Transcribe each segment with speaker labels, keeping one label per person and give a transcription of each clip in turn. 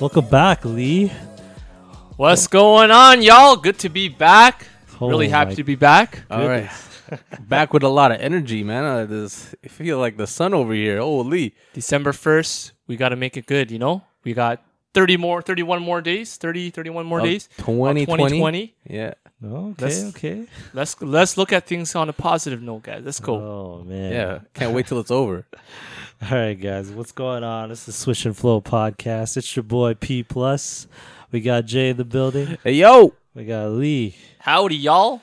Speaker 1: Welcome back, Lee.
Speaker 2: What's going on, y'all? Good to be back. really
Speaker 1: Oh
Speaker 2: happy
Speaker 1: my
Speaker 2: to be back.
Speaker 3: All right. Back with a lot of energy, man. Uh, this, I feel like the sun over here. Holy.
Speaker 2: December 1st, we got to make it good, you know? We got 30 more, 31 more days, 30, 31 more
Speaker 3: Of
Speaker 2: days. of
Speaker 3: 2020.
Speaker 2: 2020.
Speaker 3: Yeah.
Speaker 1: Okay,
Speaker 2: That's-
Speaker 1: okay.
Speaker 2: Let's let's look at things on a positive note, guys. Let's
Speaker 3: Uh,
Speaker 2: go.
Speaker 1: Oh man.
Speaker 3: Yeah. Can't wait till it's over.
Speaker 1: All right, guys. What's going on? This is Switch and Flow podcast. It's your boy P Plus. We got Jay in the building.
Speaker 3: Hey, yo.
Speaker 1: We got Lee.
Speaker 2: Howdy, y'all.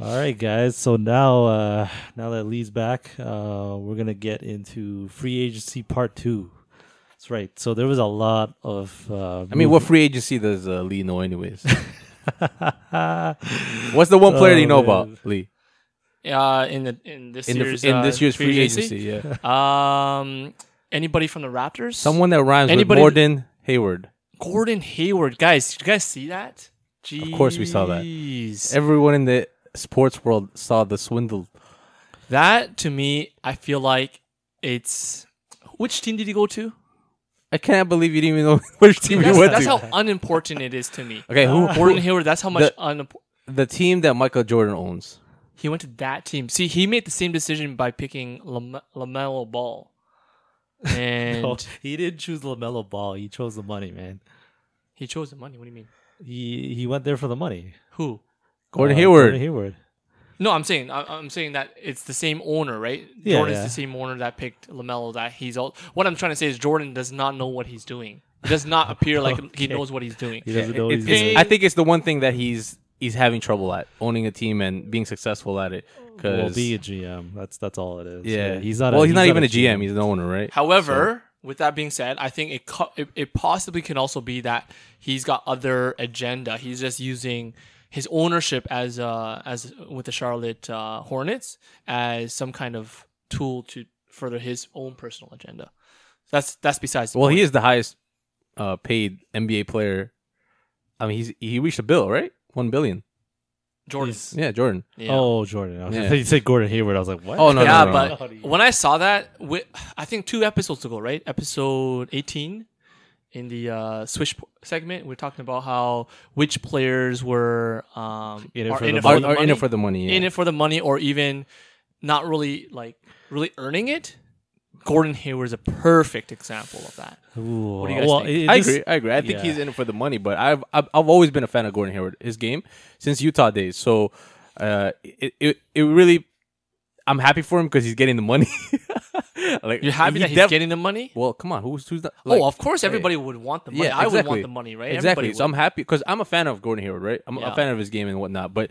Speaker 1: All right, guys. So now, uh, now that Lee's back, uh, we're gonna get into free agency part two. That's right. So there was a lot of. Uh,
Speaker 3: I mean, what free agency does uh, Lee know, anyways?
Speaker 1: what?
Speaker 3: What's the one player
Speaker 1: Oh,
Speaker 3: you
Speaker 1: man.
Speaker 3: know about, Lee?
Speaker 2: Uh, in the in this
Speaker 3: In,
Speaker 2: year's
Speaker 3: the, in
Speaker 2: uh,
Speaker 3: this year's free agency, yeah.
Speaker 2: Um, anybody from the Raptors?
Speaker 3: Someone that rhymes
Speaker 2: Anybody-
Speaker 3: with Morden Hayward.
Speaker 2: Gordon Hayward, guys. Did you guys see that?
Speaker 3: Of course we saw that.
Speaker 2: Jeez.
Speaker 3: Everyone in the sports world saw the swindle.
Speaker 2: That to me, I feel like it's which team did he go to?
Speaker 3: I can't believe you didn't even know which team
Speaker 2: That's,
Speaker 3: you went
Speaker 2: that's
Speaker 3: to.
Speaker 2: how unimportant it is to me.
Speaker 3: okay, who, who
Speaker 2: Gordon Hayward. That's how much
Speaker 3: The-
Speaker 2: unimportant
Speaker 3: the team that Michael Jordan owns?
Speaker 2: he went to that team. See, he made the same decision by picking Lam- Lamelo Ball, and
Speaker 1: he didn't choose Lamelo Ball. He chose the money, man.
Speaker 2: he chose the money. What do you mean?
Speaker 1: He he went there for the money.
Speaker 2: Who?
Speaker 3: Gordon
Speaker 1: Uh,
Speaker 3: Hayward.
Speaker 1: Gordon Hayward.
Speaker 2: No, I'm saying I, I'm saying that it's the same owner, right?
Speaker 1: Yeah,
Speaker 2: Jordan's
Speaker 1: yeah.
Speaker 2: the same owner that picked Lamelo. That he's all. What I'm trying to say is Jordan does not know what he's doing. He does not appear like he knows what he's doing.
Speaker 1: He doesn't know what
Speaker 3: It-
Speaker 1: he's
Speaker 3: it's-
Speaker 1: doing.
Speaker 3: I think it's the one thing that he's he's having trouble at owning a team and being successful at it. Because
Speaker 1: Well, be a GM. That's that's all it is.
Speaker 3: yeah.
Speaker 1: he's not.
Speaker 3: Well,
Speaker 1: a,
Speaker 3: he's, not, even a
Speaker 1: GM.
Speaker 3: GM. He's an owner, right?
Speaker 2: However, with that being said, I think it, co- it it possibly can also be that he's got other agenda. He's just using his ownership as uh as with the Charlotte uh, Hornets as some kind of tool to further his own personal agenda. That's that's besides. the
Speaker 3: well, he
Speaker 2: point.
Speaker 3: is the highest uh, paid NBA player. I mean, he's he reached a bill, right? One billion.
Speaker 2: Jordan.
Speaker 3: Yeah, Jordan.
Speaker 2: Yeah.
Speaker 1: Oh, Jordan. I was
Speaker 3: Yeah.
Speaker 1: you said Gordon Hayward. I was like, what?
Speaker 3: Oh, no, no,
Speaker 2: yeah,
Speaker 3: no, no,
Speaker 2: but when I saw that, wi- I think two episodes ago, right? Episode 18 in the uh, Swish p- segment, we're talking about how which players were um,
Speaker 1: In it
Speaker 2: are
Speaker 1: for
Speaker 2: in
Speaker 1: the
Speaker 2: it
Speaker 1: money.
Speaker 2: for
Speaker 3: Or,
Speaker 2: the
Speaker 3: or in
Speaker 2: money-
Speaker 3: it for the money. Yeah.
Speaker 2: in it for the money or even not really like really earning it. Gordon Hayward's a perfect example of that.
Speaker 1: Ooh,
Speaker 2: do you guys
Speaker 1: well,
Speaker 2: think?
Speaker 1: it-
Speaker 3: I
Speaker 1: this-
Speaker 3: agree. I agree. I think
Speaker 1: yeah.
Speaker 3: he's in it for the money, but I've, I've I've always been a fan of Gordon Hayward, his game since Utah days. So, uh, it it, it really, I'm happy for him because he's getting the money. like
Speaker 2: You're happy
Speaker 3: he
Speaker 2: that he's
Speaker 3: def-
Speaker 2: getting the money?
Speaker 3: Well, come on, who's who's not?
Speaker 2: oh,
Speaker 3: like-
Speaker 2: of course, everybody would want the money.
Speaker 3: yeah,
Speaker 2: I would
Speaker 3: exactly.
Speaker 2: want the money, right?
Speaker 3: Exactly.
Speaker 2: Everybody
Speaker 3: So
Speaker 2: would.
Speaker 3: I'm happy because I'm a fan of Gordon Hayward, right? I'm
Speaker 2: Yeah.
Speaker 3: a fan of his game and whatnot, but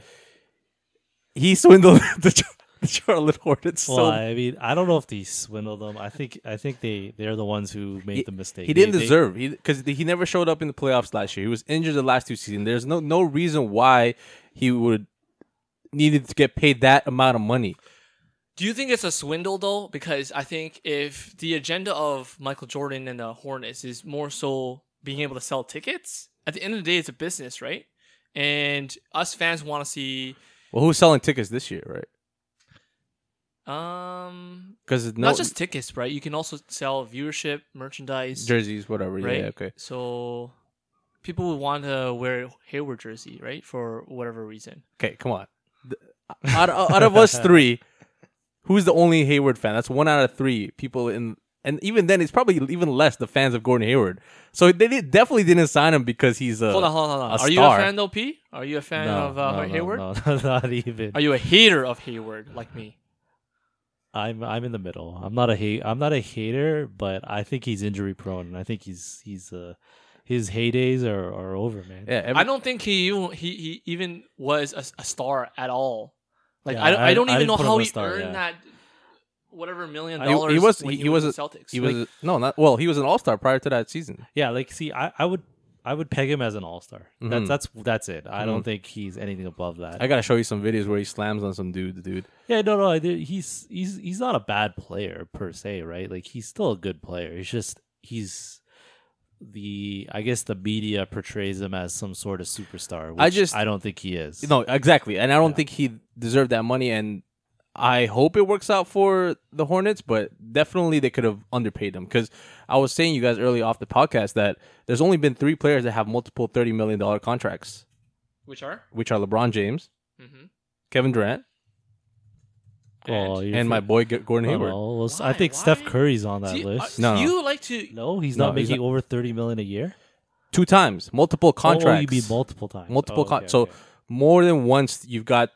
Speaker 3: he swindled the, Char- the Charlotte Hornets.
Speaker 1: Well,
Speaker 3: so
Speaker 1: I mean, I don't know if they swindled them. I think I think they they're the ones who made the mistake.
Speaker 3: he didn't
Speaker 1: They- they-
Speaker 3: deserve he because he never showed up in the playoffs last year. He was injured the last two seasons. There's no no reason why he would needed to get paid that amount of money.
Speaker 2: Do you think it's a swindle though? Because I think if the agenda of Michael Jordan and the Hornets is more so being able to sell tickets, at the end of the day, it's a business, right? And us fans want to see,
Speaker 3: Well, who's selling tickets this year, right?
Speaker 2: um,
Speaker 3: Because no
Speaker 2: not just tickets, right? You can also sell viewership, merchandise,
Speaker 3: jerseys, whatever.
Speaker 2: right?
Speaker 3: Yeah, okay.
Speaker 2: So people would want to wear Hayward jersey, right, for whatever reason.
Speaker 3: Okay, come on. The- uh, Out, out out of us three, who's the only Hayward fan? That's one out of three people in, and even then, it's probably even less the fans of Gordon Hayward. So they did, definitely didn't sign him because he's uh, a.
Speaker 2: hold on, hold on, hold on.
Speaker 3: a
Speaker 2: Are you a
Speaker 3: star.
Speaker 2: fan though, P? Are you a fan
Speaker 1: No,
Speaker 2: of uh,
Speaker 1: no, no,
Speaker 2: Hayward?
Speaker 1: No, not even.
Speaker 2: Are you a hater of Hayward like me?
Speaker 1: I'm I'm in the middle. I'm not a hate. I'm not a hater, but I think he's injury prone, and I think he's he's uh his heydays are, are over, man.
Speaker 3: Yeah, every-
Speaker 2: I don't think he even, he, he even was a, a star at all. Like
Speaker 1: Yeah,
Speaker 2: I, don't- I
Speaker 1: I-
Speaker 2: don't
Speaker 1: I
Speaker 2: even
Speaker 1: didn't
Speaker 2: know
Speaker 1: put him
Speaker 2: how
Speaker 1: on
Speaker 2: he
Speaker 1: star,
Speaker 2: earned
Speaker 1: yeah.
Speaker 2: that whatever million
Speaker 3: Uh, he- he
Speaker 2: dollars.
Speaker 3: was-
Speaker 2: when
Speaker 3: he was
Speaker 2: with the Celtics.
Speaker 3: He
Speaker 2: Like,
Speaker 3: was no, not well. He was an all star prior to that season.
Speaker 1: Yeah, like see, I, I would I would peg him as an all star.
Speaker 3: Mhm.
Speaker 1: That's that's that's it. I don't think he's anything above that.
Speaker 3: Mm-hmm. I gotta show you some videos where he slams on some dude. Dude,
Speaker 1: yeah, no, no, I did- he's he's he's not a bad player per se, right? Like he's still a good player. He's just he's the I guess the media portrays him as some sort of superstar. Which
Speaker 3: I
Speaker 1: I
Speaker 3: just-
Speaker 1: just I don't think he is.
Speaker 3: no, exactly. And I don't think he deserved that money. And I hope it works out for the Hornets, but definitely they could have underpaid them because I was saying you guys early off the podcast that there's only been three players that have multiple thirty million dollar contracts,
Speaker 2: Which are?
Speaker 3: which are LeBron James,
Speaker 2: Mm-hmm.
Speaker 3: Kevin Durant,
Speaker 1: Oh,
Speaker 2: And-
Speaker 1: you're
Speaker 3: and my
Speaker 1: fr-
Speaker 3: boy G- Gordon
Speaker 1: I don't
Speaker 3: Hayward.
Speaker 1: know. Well, s-
Speaker 2: Why?
Speaker 1: I think Steph
Speaker 2: Why?
Speaker 1: Curry's on that
Speaker 2: See, uh,
Speaker 1: list.
Speaker 3: No, no.
Speaker 2: You like to.
Speaker 1: no, he's
Speaker 3: No,
Speaker 1: not
Speaker 3: he's
Speaker 1: making over thirty million a year.
Speaker 3: Two times, multiple
Speaker 1: Oh,
Speaker 3: contracts.
Speaker 1: you mean multiple times.
Speaker 3: multiple
Speaker 1: oh,
Speaker 3: con-
Speaker 1: okay,
Speaker 3: so
Speaker 1: okay.
Speaker 3: more than once you've got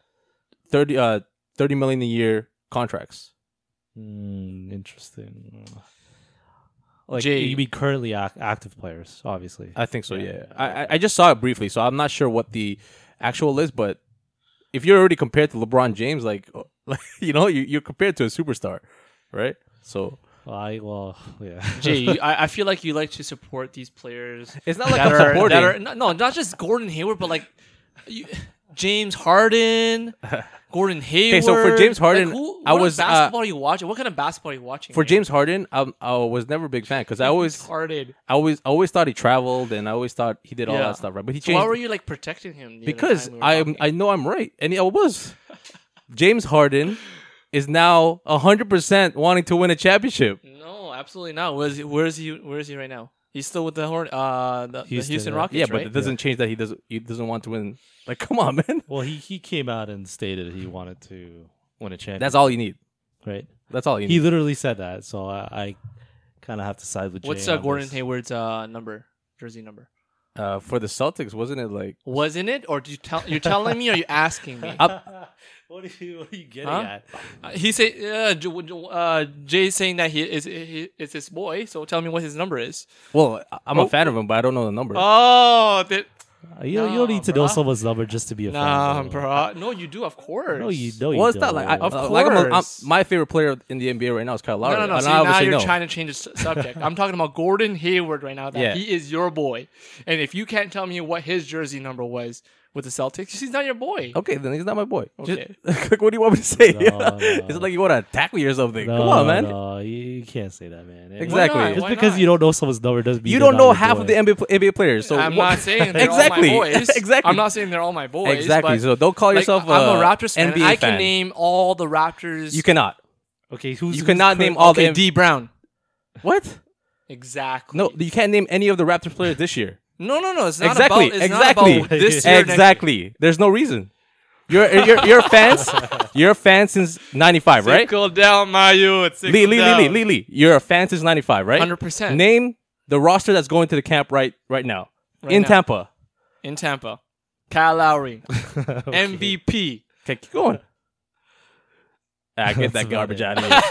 Speaker 3: 30 uh 30 million a year contracts Hmm,
Speaker 1: Mm, interesting. Like
Speaker 2: Jay.
Speaker 1: you mean currently ac- active players, obviously.
Speaker 3: i think so yeah,
Speaker 1: Yeah.
Speaker 3: I, I i just saw it briefly so i'm not sure what the actual list but if you're already compared to lebron james like uh, like you know you, you're compared to a superstar right so
Speaker 1: I well, yeah.
Speaker 2: Jay, you, I, I feel like you like to support these players.
Speaker 3: it's not like
Speaker 2: that
Speaker 3: i'm
Speaker 2: are,
Speaker 3: supporting
Speaker 2: That are, no, no, not just Gordon Hayward, but like you, James Harden, Gordon Hayward.
Speaker 3: so for James
Speaker 2: Like,
Speaker 3: Harden,
Speaker 2: who,
Speaker 3: I
Speaker 2: what
Speaker 3: was, uh,
Speaker 2: basketball are you watching? What kind of basketball are you watching?
Speaker 3: for
Speaker 2: man?
Speaker 3: james harden I'm, i was never a big fan because i always
Speaker 2: Harden.
Speaker 3: i always I always thought he traveled and i always thought he did all
Speaker 2: Yeah.
Speaker 3: that stuff right but he
Speaker 2: So
Speaker 3: changed
Speaker 2: why were you like protecting him? the other
Speaker 3: because
Speaker 2: time we were
Speaker 3: I am
Speaker 2: talking?
Speaker 3: I know I'm right, and I was. James Harden is now hundred percent wanting to win a championship.
Speaker 2: no, absolutely not. Where's he, where's he? Where's he right now? He's still with the Horn, uh, the the Houston,
Speaker 1: Houston, yeah.
Speaker 2: Rockets,
Speaker 3: yeah, but
Speaker 2: right?
Speaker 3: it doesn't change that he doesn't he doesn't want to win. Like, come on, man.
Speaker 1: well, he he came out and stated he wanted to win a championship,
Speaker 3: That's all you need.
Speaker 1: right?
Speaker 3: That's all you
Speaker 1: He
Speaker 3: need.
Speaker 1: literally said that, so I, I kind of have to side with Jay.
Speaker 2: What's uh,
Speaker 1: on
Speaker 2: Gordon
Speaker 1: this.
Speaker 2: Hayward's uh, number, jersey number?
Speaker 3: Uh, for the Celtics, wasn't it like?
Speaker 2: Wasn't it? Or do you tell? You're telling me? or you asking me?
Speaker 1: what are you What are you getting
Speaker 2: Huh?
Speaker 1: at?
Speaker 2: Uh, He say uh, J- w- uh, Jay's saying that he is he is his boy. So tell me what his number is.
Speaker 3: Well, I- I'm
Speaker 2: Oh.
Speaker 3: a fan of him, but I don't know the number.
Speaker 2: Oh, that,
Speaker 3: Uh,
Speaker 1: You, you don't
Speaker 2: Nah,
Speaker 1: need to know
Speaker 2: bruh.
Speaker 1: someone's number just to be a
Speaker 2: nah,
Speaker 1: fan.
Speaker 2: bro. No, you do, of course.
Speaker 1: No, you know.
Speaker 3: well,
Speaker 1: you
Speaker 3: it's not like I,
Speaker 1: don't.
Speaker 2: Of
Speaker 3: like I'm a, I'm,
Speaker 2: course.
Speaker 3: my favorite player in the NBA right now is Kyle Lowry.
Speaker 2: No, no, no.
Speaker 3: and
Speaker 2: See,
Speaker 3: I
Speaker 2: now
Speaker 3: obviously
Speaker 2: you're
Speaker 3: know.
Speaker 2: trying to change the su- subject. I'm talking about Gordon Hayward right now. That
Speaker 3: Yeah.
Speaker 2: he is your boy, and if you can't tell me what his jersey number was with the Celtics, he's not your boy.
Speaker 3: Okay, then he's not my boy. Just-
Speaker 2: Okay.
Speaker 3: like, what do you want me to say?
Speaker 1: No, no.
Speaker 3: it's like you want to attack me or something.
Speaker 1: No,
Speaker 3: Come on, man.
Speaker 1: No, you you can't say that, man. It-
Speaker 3: Exactly.
Speaker 2: Why not?
Speaker 1: Just
Speaker 2: Why
Speaker 1: because
Speaker 2: not?
Speaker 1: you don't know someone's number doesn't mean
Speaker 3: you
Speaker 1: they're
Speaker 3: don't know
Speaker 1: not your
Speaker 3: half
Speaker 1: boy.
Speaker 3: of the NBA, pl- NBA players. So
Speaker 2: I'm
Speaker 3: what-
Speaker 2: not saying they're
Speaker 3: exactly
Speaker 2: all my boys.
Speaker 3: exactly.
Speaker 2: I'm not saying they're all my boys.
Speaker 3: exactly.
Speaker 2: But
Speaker 3: So don't call
Speaker 2: like,
Speaker 3: yourself.
Speaker 2: I'm a
Speaker 3: uh,
Speaker 2: Raptors fan.
Speaker 3: NBA
Speaker 2: I can
Speaker 3: fan.
Speaker 2: name all the Raptors.
Speaker 3: You cannot.
Speaker 1: Okay, who's
Speaker 3: You
Speaker 1: who's
Speaker 3: cannot
Speaker 1: current-
Speaker 3: name all
Speaker 2: okay,
Speaker 3: the
Speaker 2: D Brown.
Speaker 3: what?
Speaker 2: Exactly.
Speaker 3: No, you can't name any of the Raptors players this year.
Speaker 2: no, no, no. It's not
Speaker 3: exactly.
Speaker 2: about. It's
Speaker 3: exactly.
Speaker 2: Not about this year. next
Speaker 3: exactly. There's no reason. You're you're you're fans. You're a fan since '95,
Speaker 2: year.
Speaker 3: right?
Speaker 2: Sickle down my youth.
Speaker 3: Lee, Lee, Lee, Lee, Lee, Lee. You're a fan since '95, right?
Speaker 2: 100%.
Speaker 3: Name the roster that's going to the camp right right now
Speaker 2: Right
Speaker 3: in
Speaker 2: now.
Speaker 3: Tampa.
Speaker 2: in Tampa. Kyle Lowry, MVP.
Speaker 3: Okay, keep going. I
Speaker 1: That's
Speaker 3: get that
Speaker 1: about
Speaker 3: garbage
Speaker 1: it.
Speaker 3: out of here.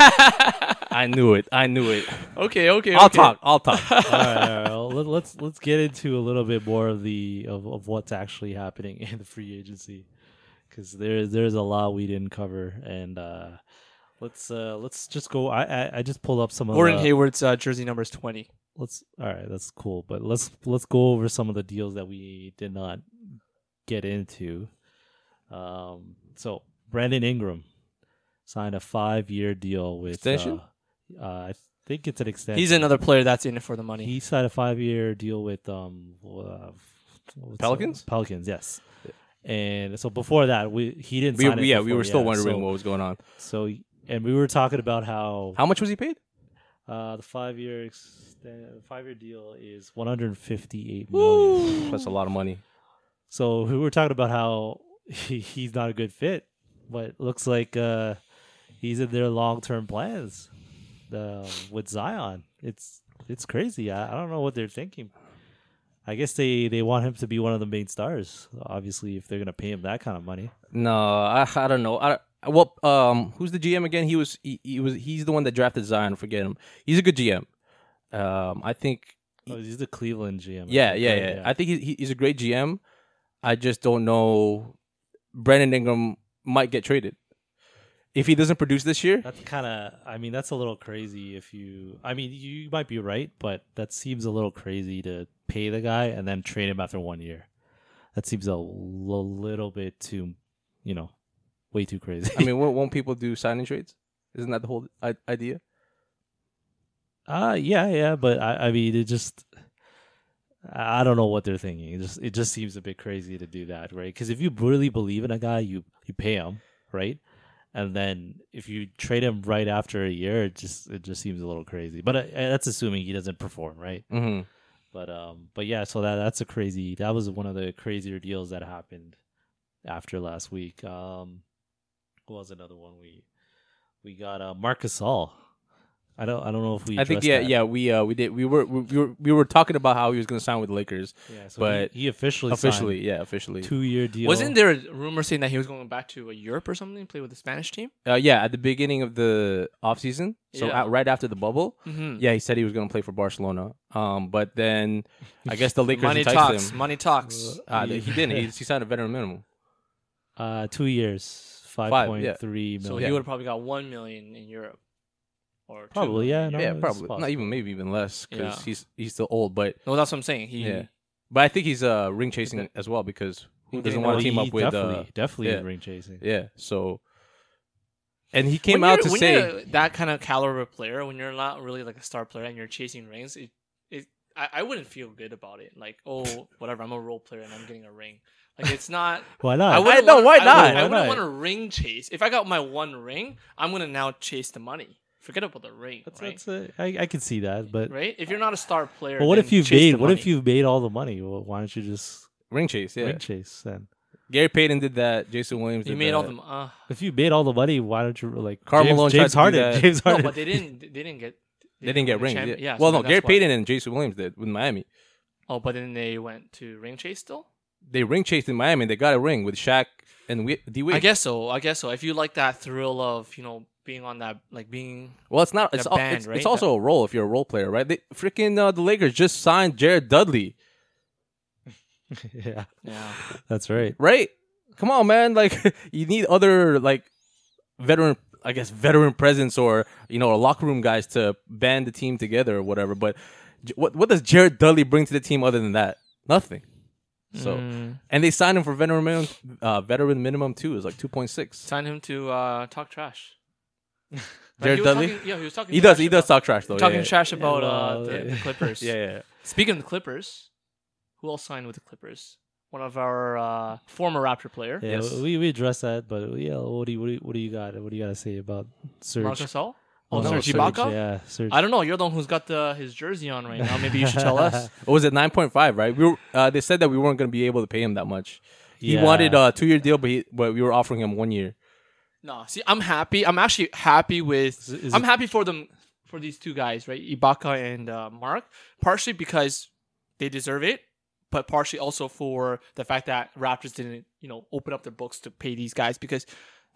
Speaker 3: I knew it. I knew it.
Speaker 2: Okay, okay.
Speaker 3: I'll
Speaker 2: okay.
Speaker 3: talk. I'll talk.
Speaker 1: all right, all right. Well, let, let's let's get into a little bit more of the of, of what's actually happening in the free agency because there there's a lot we didn't cover and uh let's uh let's just go i i, I just pulled up some
Speaker 2: Gordon
Speaker 1: of the,
Speaker 2: Hayward's uh, jersey number is 20.
Speaker 1: let's all right that's cool but let's let's go over some of the deals that we did not get into um so brandon ingram signed a five-year deal with
Speaker 3: Extension?
Speaker 1: uh, uh, i think it's an extension
Speaker 2: He's another player that's in it for the money.
Speaker 1: he signed a five-year deal with um uh, what's the-
Speaker 3: Pelicans?
Speaker 1: Pelicans, yes. And so before that, we he didn't.
Speaker 3: We,
Speaker 1: sign it
Speaker 3: yeah, we
Speaker 1: before,
Speaker 3: were still
Speaker 1: yeah,
Speaker 3: wondering
Speaker 1: so,
Speaker 3: what was going on.
Speaker 1: So and we were talking about how,
Speaker 3: How much was he paid?
Speaker 1: uh, the five-year extend, five-year deal is 158 million.
Speaker 3: That's a lot of money.
Speaker 1: So we were talking about how he, he's not a good fit, but looks like uh, he's in their long-term plans um, with Zion. It's it's crazy. I, I don't know what they're thinking. I guess they, they want him to be one of the main stars. Obviously, if they're gonna pay him that kind of money,
Speaker 3: No, I, I don't know. I well, um, who's the GM again? He was he, he was he's the one that drafted Zion. Forget him. He's a good GM. Um, I think.
Speaker 1: oh, he's the Cleveland GM. I
Speaker 3: Yeah,
Speaker 1: think,
Speaker 3: yeah,
Speaker 1: right?
Speaker 3: yeah. I think he, he, he's a great GM. I just don't know. Brandon Ingram might get traded if he doesn't produce this year.
Speaker 1: That's kind of. I mean, that's a little crazy. If you, I mean, you might be right, but that seems a little crazy to pay the guy and then trade him after one year. That seems a l- little bit too, you know, way too crazy.
Speaker 3: I mean, won't, won't people do signing trades? Isn't that the whole I- idea?
Speaker 1: uh yeah, yeah, but I, I mean, it just. I I don't know what they're thinking. It just it just seems a bit crazy to do that, right? Because if you really believe in a guy, you you pay him, right? and then if you trade him right after a year, it just it just seems a little crazy. But uh, that's assuming he doesn't perform, right?
Speaker 3: Mm-hmm.
Speaker 1: But um, but yeah, so that that's a crazy. That was one of the crazier deals that happened after last week. Um, what was another one we we got? Uh, Marcus All. I don't I don't know if we.
Speaker 3: I think
Speaker 1: addressed
Speaker 3: yeah,
Speaker 1: that.
Speaker 3: yeah, we uh, we did we were we, we were we were talking about how he was going to sign with the Lakers
Speaker 1: yeah. So
Speaker 3: but
Speaker 1: he, he officially
Speaker 3: officially, yeah, officially.
Speaker 1: two year deal.
Speaker 2: Wasn't there a rumor saying that he was going back to uh, Europe or something, play with the Spanish team?
Speaker 3: Uh, yeah, at the beginning of the offseason, so
Speaker 2: Yeah.
Speaker 3: out, right after the bubble,
Speaker 2: Mm-hmm.
Speaker 3: yeah, he said he was going to play for Barcelona. Um, but then I guess the Lakers
Speaker 2: money
Speaker 3: enticed
Speaker 2: talks.
Speaker 3: him.
Speaker 2: Money talks.
Speaker 3: Uh, th- he didn't. He, he signed a veteran minimum.
Speaker 1: Uh, two years,
Speaker 3: yeah.
Speaker 1: five point three million.
Speaker 2: so he would have probably got one million in Europe, or two
Speaker 1: Probably,
Speaker 2: million.
Speaker 1: yeah, no.
Speaker 3: yeah,
Speaker 1: it's
Speaker 3: probably
Speaker 1: possible.
Speaker 3: not even maybe even less because
Speaker 2: Yeah.
Speaker 3: he's he's still old. But
Speaker 2: No, that's what I'm saying. He
Speaker 3: yeah, but I think he's uh ring chasing as well because who doesn't
Speaker 2: didn't
Speaker 3: want
Speaker 1: No,
Speaker 3: to team
Speaker 1: he
Speaker 3: up with
Speaker 1: definitely
Speaker 3: uh,
Speaker 1: definitely
Speaker 3: yeah.
Speaker 1: in ring chasing.
Speaker 3: yeah. So and he came
Speaker 2: When
Speaker 3: out
Speaker 2: you're-
Speaker 3: to
Speaker 2: when
Speaker 3: say
Speaker 2: you're that kind of caliber player, when you're not really like a star player and you're chasing rings, it, it I, I wouldn't feel good about it. Like, oh, whatever, I'm a role player and I'm getting a ring. Like, it's not.
Speaker 1: Why not?
Speaker 2: I wouldn't.
Speaker 3: no,
Speaker 2: wanna-
Speaker 3: why
Speaker 2: I wouldn't-
Speaker 3: not?
Speaker 2: I
Speaker 1: Why
Speaker 2: wouldn't
Speaker 1: not?
Speaker 2: want to ring chase. If I got my one ring, I'm gonna now chase the money. Forget about the ring,
Speaker 1: That's,
Speaker 2: right?
Speaker 1: that's a, I, I can see that, but
Speaker 2: right? If you're not a star player,
Speaker 1: but what
Speaker 2: then
Speaker 1: if you've
Speaker 2: chase the
Speaker 1: made what if
Speaker 2: money.
Speaker 1: you've made all the money? Well, why don't you just
Speaker 3: ring chase. Yeah,
Speaker 1: ring chase then?
Speaker 3: Gary Payton did that. Jason Williams.
Speaker 2: you
Speaker 3: did
Speaker 2: made
Speaker 3: that.
Speaker 2: all the uh,
Speaker 1: If you made all the money, why don't you like
Speaker 3: Karl
Speaker 1: James,
Speaker 3: Malone tried
Speaker 1: James
Speaker 3: to do
Speaker 1: Harden?
Speaker 3: that.
Speaker 1: James
Speaker 2: no,
Speaker 1: Harden.
Speaker 2: but they didn't they didn't get
Speaker 3: They didn't get
Speaker 2: win
Speaker 3: rings.
Speaker 2: the champ-
Speaker 3: yeah.
Speaker 2: Yeah, so
Speaker 3: well, no,
Speaker 2: that's
Speaker 3: Gary
Speaker 2: why.
Speaker 3: Payton and Jason Williams did with Miami.
Speaker 2: Oh, but then they went to ring chase still.
Speaker 3: They ring chased in Miami. They got a ring with Shaq and we- D Wade.
Speaker 2: I guess so. I guess so. If you like that thrill of you know being on that like being
Speaker 3: Well, it's not. It's,
Speaker 2: the
Speaker 3: al-
Speaker 2: band,
Speaker 3: it's,
Speaker 2: right?
Speaker 3: it's also a role if you're a role player, right? They freaking uh, the Lakers just signed Jared Dudley,
Speaker 1: yeah,
Speaker 2: yeah
Speaker 1: that's right.
Speaker 3: right? Come on, man! Like you need other like veteran, I guess veteran presence or you know, or locker room guys to band the team together or whatever. But J- what what does Jared Dudley bring to the team other than that? Nothing. So
Speaker 2: Mm-hmm. Mm.
Speaker 3: and they signed him for veteran minimum, uh, veteran minimum too. It's like two point six.
Speaker 2: sign him to uh, talk trash. Like,
Speaker 3: Jared
Speaker 2: he was
Speaker 3: Dudley?
Speaker 2: talking- yeah, he was talking.
Speaker 3: He does.
Speaker 2: trash
Speaker 3: He does
Speaker 2: about-
Speaker 3: talk trash though.
Speaker 2: talking
Speaker 3: yeah,
Speaker 2: trash about
Speaker 1: well,
Speaker 2: uh, the, the Clippers.
Speaker 3: Yeah, yeah.
Speaker 2: Speaking of the Clippers, who else signed with the Clippers? One of our uh, former Raptor player,
Speaker 1: Yeah,
Speaker 3: Yes.
Speaker 1: we we addressed that, but yeah, what do you what do you, what do you got? What do you got to say about Serge?
Speaker 2: Marcus All.
Speaker 1: Oh,
Speaker 2: Oh,
Speaker 1: no,
Speaker 2: Serge
Speaker 1: Serge,
Speaker 2: Ibaka.
Speaker 1: Yeah, Serge.
Speaker 2: I don't know. You're the one who's got the his jersey on right now. Maybe you should tell us.
Speaker 3: What was it? Nine point five, right? We were, uh, they said that we weren't going to be able to pay him that much. He
Speaker 1: Yeah.
Speaker 3: wanted uh, a two year deal, but he, but we were offering him one year.
Speaker 2: No, see, I'm happy. I'm actually happy with.
Speaker 1: Is- is
Speaker 2: I'm
Speaker 1: it-
Speaker 2: happy for them for these two guys, right? Ibaka and uh, Mark, partially because they deserve it, but partially also for the fact that Raptors didn't, you know, open up their books to pay these guys because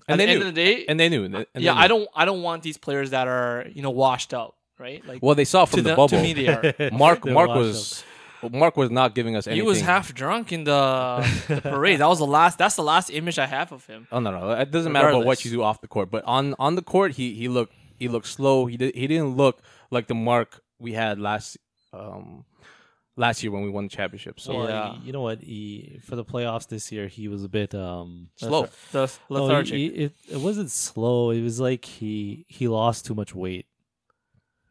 Speaker 3: And
Speaker 2: at
Speaker 3: they
Speaker 2: the end
Speaker 3: knew.
Speaker 2: of the day,
Speaker 3: And they knew. And they
Speaker 2: yeah,
Speaker 3: knew.
Speaker 2: I don't, I don't want these players that are, you know, washed up, right? Like
Speaker 3: Well, they saw
Speaker 2: to
Speaker 3: from the,
Speaker 2: the-
Speaker 3: bubble.
Speaker 2: to me they are.
Speaker 3: Mark
Speaker 1: They're
Speaker 3: Mark
Speaker 1: washed
Speaker 3: was Mark was not giving us
Speaker 2: He
Speaker 3: anything.
Speaker 2: was half drunk in the, the parade. That was the last. That's the last image I have of him.
Speaker 3: Oh no, no, it doesn't matter about what
Speaker 2: Regardless.
Speaker 3: you do off the court, but on on the court, he he looked he looked slow. He did, he didn't look like the Mark we had last um last year when we won the championship. So
Speaker 1: Well,
Speaker 2: Yeah.
Speaker 1: you know what? He, for the playoffs this year, he was a bit um
Speaker 3: slow.
Speaker 2: The
Speaker 1: No,
Speaker 2: lethargic.
Speaker 3: Oh,
Speaker 1: he- he- it, it wasn't slow. It was like he he lost too much weight.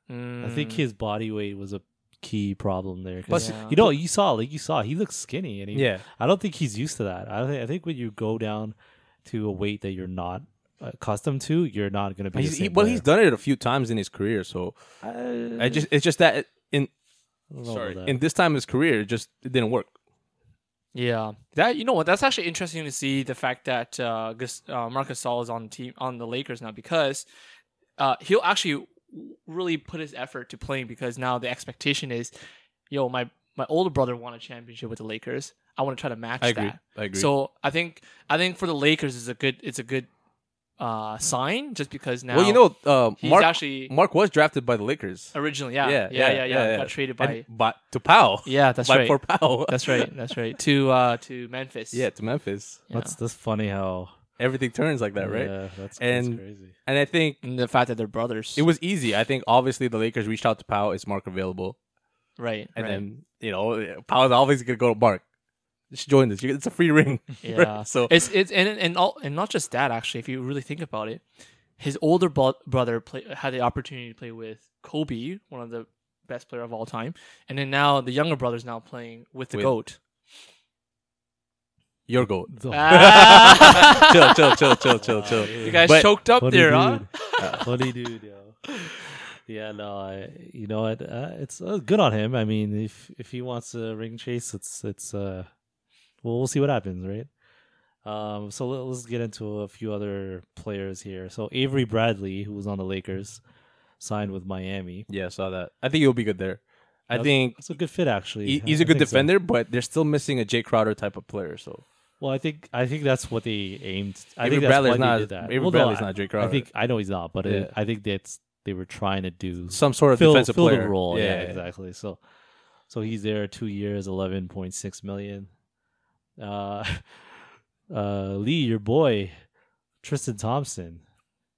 Speaker 1: I think
Speaker 2: Mm.
Speaker 1: his body weight was a key problem there. 'cause
Speaker 3: Plus-
Speaker 2: Yeah.
Speaker 1: you know, you saw like you saw he looked skinny, and he,
Speaker 3: Yeah,
Speaker 1: I don't think he's used to that. I don't think I think when you go down to a weight that you're not accustomed to, you're not going to be.
Speaker 3: he's,
Speaker 1: the same
Speaker 3: he, well,
Speaker 1: player.
Speaker 3: he's done it a few times in his career, so
Speaker 1: I,
Speaker 3: I just it's just that in
Speaker 1: I don't know about
Speaker 3: Sorry.
Speaker 1: that.
Speaker 3: In this time of his career, it just it didn't work.
Speaker 2: Yeah, that you know what? That's actually interesting to see the fact that uh, Gus, uh Marcus Saul is on the team on the Lakers now because uh, he'll actually w- really put his effort to playing because now the expectation is, yo, my my older brother won a championship with the Lakers. I want to try to match
Speaker 3: I agree.
Speaker 2: that.
Speaker 3: I agree.
Speaker 2: So I think I think for the Lakers is a good it's a good uh, sign just because now
Speaker 3: well, you know, uh,
Speaker 2: he's
Speaker 3: Mark
Speaker 2: actually
Speaker 3: Mark was drafted by the Lakers.
Speaker 2: originally yeah yeah yeah
Speaker 3: Yeah,
Speaker 2: yeah,
Speaker 3: yeah, yeah, yeah.
Speaker 2: got traded by
Speaker 3: And by to Powell.
Speaker 2: yeah that's
Speaker 3: by
Speaker 2: right
Speaker 3: for Powell.
Speaker 2: that's right that's right to uh, to Memphis
Speaker 3: yeah, to Memphis.
Speaker 2: Yeah.
Speaker 1: that's that's funny how
Speaker 3: Everything turns like that, right?
Speaker 1: Yeah, that's,
Speaker 3: And-
Speaker 1: that's crazy.
Speaker 3: And I think
Speaker 2: and the fact that they're brothers.
Speaker 3: it was easy. I think obviously the Lakers reached out to Powell. Is Mark available?
Speaker 2: right,
Speaker 3: And
Speaker 2: right.
Speaker 3: then you know Powell's obviously gonna go to Mark. Just join this. It's a free ring.
Speaker 2: yeah.
Speaker 3: so
Speaker 2: it's it's and and all, and not just that actually. If you really think about it, his older bro- brother play, had the opportunity to play with Kobe, one of the best player of all time, and then now the younger brother's now playing with the
Speaker 3: With-
Speaker 2: goat.
Speaker 3: your goat.
Speaker 2: Ah.
Speaker 3: chill, chill, chill, chill, chill, chill.
Speaker 2: You guys
Speaker 3: But-
Speaker 2: choked up
Speaker 1: Funny
Speaker 2: there, huh?
Speaker 1: dude. Funny dude, yo. Yeah, no, I, you know what? Uh, it's uh, good on him. I mean, if if he wants to ring chase, it's it's uh, well, we'll see what happens, right? Um, so let, let's get into a few other players here. So Avery Bradley, who was on the Lakers, signed with Miami.
Speaker 3: Yeah, I saw that. I think he'll be good there. I
Speaker 1: That's-
Speaker 3: think
Speaker 1: That's a good fit, actually.
Speaker 3: he,
Speaker 1: I-
Speaker 3: he's
Speaker 1: I
Speaker 3: a good
Speaker 1: think so.
Speaker 3: defender, but they're still missing a Jay Crowder type of player. So
Speaker 1: Well, I think I think that's what they aimed. I
Speaker 3: Avery
Speaker 1: think that's
Speaker 3: Bradley's
Speaker 1: why they
Speaker 3: not-
Speaker 1: did that.
Speaker 3: Avery
Speaker 1: Well, no,
Speaker 3: Bradley's
Speaker 1: I-
Speaker 3: not Jay
Speaker 1: I
Speaker 3: Crowder.
Speaker 1: think I know he's not, but it,
Speaker 3: Yeah.
Speaker 1: I think that's they were trying to do
Speaker 3: some sort of
Speaker 1: fill,
Speaker 3: defensive
Speaker 1: fill
Speaker 3: player.
Speaker 1: the role. Yeah, exactly. So, so he's there two years, eleven point six million. Uh, uh, Lee, your boy, Tristan Thompson,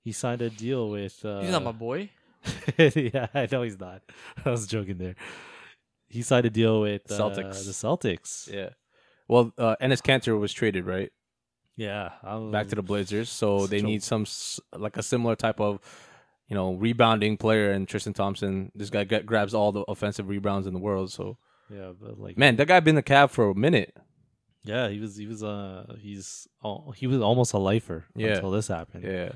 Speaker 1: he signed a deal with. Uh,
Speaker 2: He's not my boy.
Speaker 1: yeah, I know he's not. I was joking there. He signed a deal with uh,
Speaker 3: Celtics.
Speaker 1: the Celtics.
Speaker 3: Yeah. Well, uh, Ennis Cantor was traded, right?
Speaker 1: Yeah, I'm-
Speaker 3: Back to the Blazers. So they
Speaker 1: So-
Speaker 3: need some, s- like a similar type of, you know, rebounding player. And Tristan Thompson, this guy got, grabs all the offensive rebounds in the world. So,
Speaker 1: yeah, but like
Speaker 3: man, that guy been in the cab for a minute.
Speaker 1: Yeah, he was he was uh he's al- he was almost a lifer
Speaker 3: Yeah.
Speaker 1: until this happened.
Speaker 3: Yeah.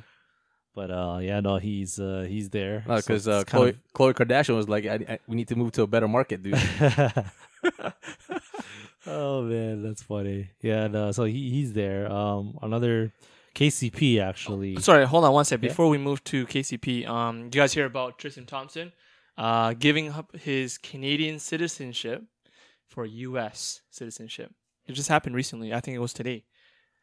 Speaker 1: But uh yeah, no, he's uh he's there. So
Speaker 3: Because uh,
Speaker 1: it's kind
Speaker 3: Chloe, Khloe Kardashian was like, I, I, we need to move to a better market, dude.
Speaker 1: of- Oh man, that's funny. Yeah, no, so he he's there. Um another KCP actually.
Speaker 2: Sorry, hold on one sec.
Speaker 1: Yeah.
Speaker 2: Before we move to KCP, um, do you guys hear about Tristan Thompson uh, giving up his Canadian citizenship for U.S. citizenship? It just happened recently. I think it was today.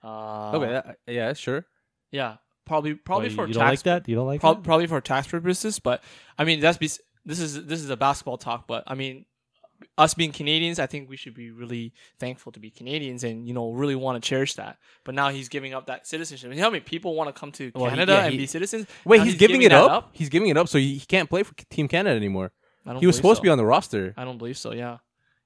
Speaker 2: Uh,
Speaker 3: okay. that- yeah, sure.
Speaker 2: Yeah, probably probably
Speaker 1: Why,
Speaker 2: for
Speaker 1: you
Speaker 2: tax
Speaker 1: don't like that? You don't like
Speaker 2: prob-
Speaker 1: that?
Speaker 2: probably for tax purposes. But I mean, that's bes- this is this is a basketball talk. But I mean, us being Canadians, I think we should be really thankful to be Canadians and you know really want to cherish that. But now he's giving up that citizenship. You know how many people want to come to
Speaker 3: Well, he-
Speaker 2: Canada
Speaker 3: yeah,
Speaker 2: and
Speaker 3: he-
Speaker 2: be citizens?
Speaker 3: Wait,
Speaker 2: Now
Speaker 3: he's, giving, it
Speaker 2: that
Speaker 3: up? He's giving it up, so he, he can't play for Team Canada anymore.
Speaker 2: I don't
Speaker 3: He was
Speaker 2: believe
Speaker 3: supposed
Speaker 2: so.
Speaker 3: to be on the roster.
Speaker 2: I don't believe so. Yeah,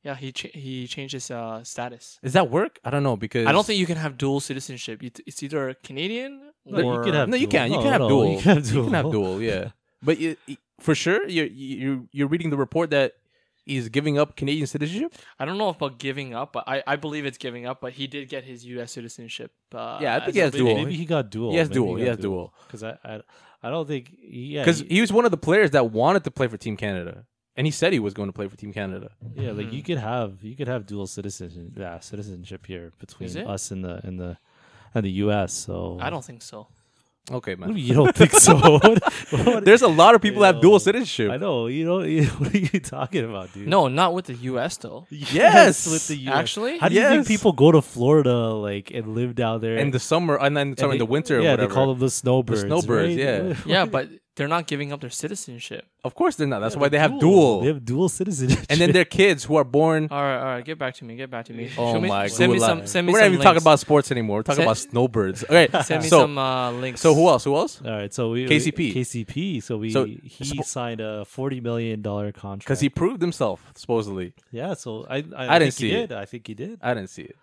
Speaker 2: yeah. He ch- he changed his uh, status.
Speaker 3: Does that work? I don't know because
Speaker 2: I don't think you can have dual citizenship. You t- It's either Canadian
Speaker 1: No, you
Speaker 2: or
Speaker 1: could have
Speaker 3: no, you
Speaker 1: dual.
Speaker 3: can. You
Speaker 1: No,
Speaker 3: can have
Speaker 1: no,
Speaker 3: dual.
Speaker 1: you can have
Speaker 3: You can have
Speaker 1: dual.
Speaker 3: dual. Yeah, but you, you- for sure, you're you you're reading the report that he's giving up Canadian citizenship.
Speaker 2: I don't know about giving up, but I, I believe it's giving up. But he did get his U.S. citizenship. Uh,
Speaker 3: Yeah, I think
Speaker 2: as
Speaker 3: he
Speaker 2: a
Speaker 3: has
Speaker 2: baby.
Speaker 3: dual.
Speaker 1: Maybe he got dual.
Speaker 3: He has
Speaker 1: Maybe
Speaker 3: dual, he
Speaker 1: got
Speaker 3: has dual.
Speaker 1: Cuz I, I I don't think yeah,
Speaker 3: Because
Speaker 1: he-
Speaker 3: he was one of the players that wanted to play for Team Canada, and he said he was going to play for Team Canada.
Speaker 1: Yeah, like
Speaker 3: Mm.
Speaker 1: you could have you could have dual citizenship yeah, citizenship here
Speaker 2: Is
Speaker 1: between
Speaker 2: it?
Speaker 1: us and the and the and the US. So
Speaker 2: I don't think so.
Speaker 3: Okay,
Speaker 1: What do you
Speaker 3: man.
Speaker 1: mean you don't think so. What- what-
Speaker 3: There's a lot of people that have
Speaker 1: Yo.
Speaker 3: dual
Speaker 1: I
Speaker 3: citizenship.
Speaker 1: know you don't. you- What are you talking about, dude?
Speaker 2: No, not with the U.S. though.
Speaker 3: Yes.
Speaker 1: with the US.
Speaker 2: Actually,
Speaker 1: How do you think
Speaker 3: Yes.
Speaker 1: people go to Florida like and live down there?
Speaker 3: In the summer, and then
Speaker 1: and
Speaker 3: sorry, in the
Speaker 1: they-
Speaker 3: winter, or
Speaker 1: yeah,
Speaker 3: whatever.
Speaker 1: they call them the snowbirds.
Speaker 3: snowbirds,
Speaker 1: right?
Speaker 3: yeah.
Speaker 2: yeah, but they're not giving up their citizenship.
Speaker 3: Of course, they're not. That's why they have dual.
Speaker 1: They have dual citizenship.
Speaker 3: and then their kids who are born.
Speaker 2: All right, all right, get back to me. Get back to me.
Speaker 3: Oh
Speaker 2: Uh, Show me,
Speaker 3: my
Speaker 2: Send me
Speaker 3: God.
Speaker 2: some. Send me
Speaker 3: We're
Speaker 2: some
Speaker 3: not even talking
Speaker 2: links.
Speaker 3: about sports anymore. We're talking
Speaker 2: Send-
Speaker 3: about snowbirds. Okay,
Speaker 2: Send me
Speaker 3: so
Speaker 2: some uh, links.
Speaker 3: so who else? Who else?
Speaker 1: all right, so we
Speaker 3: KCP.
Speaker 1: KCP. So we
Speaker 3: So-
Speaker 1: he
Speaker 3: spo-
Speaker 1: signed a forty million dollar contract
Speaker 3: Because he proved himself supposedly.
Speaker 1: Yeah, so I I,
Speaker 3: I didn't
Speaker 1: think he
Speaker 3: see it.
Speaker 1: did. I think he did.
Speaker 3: I didn't see it.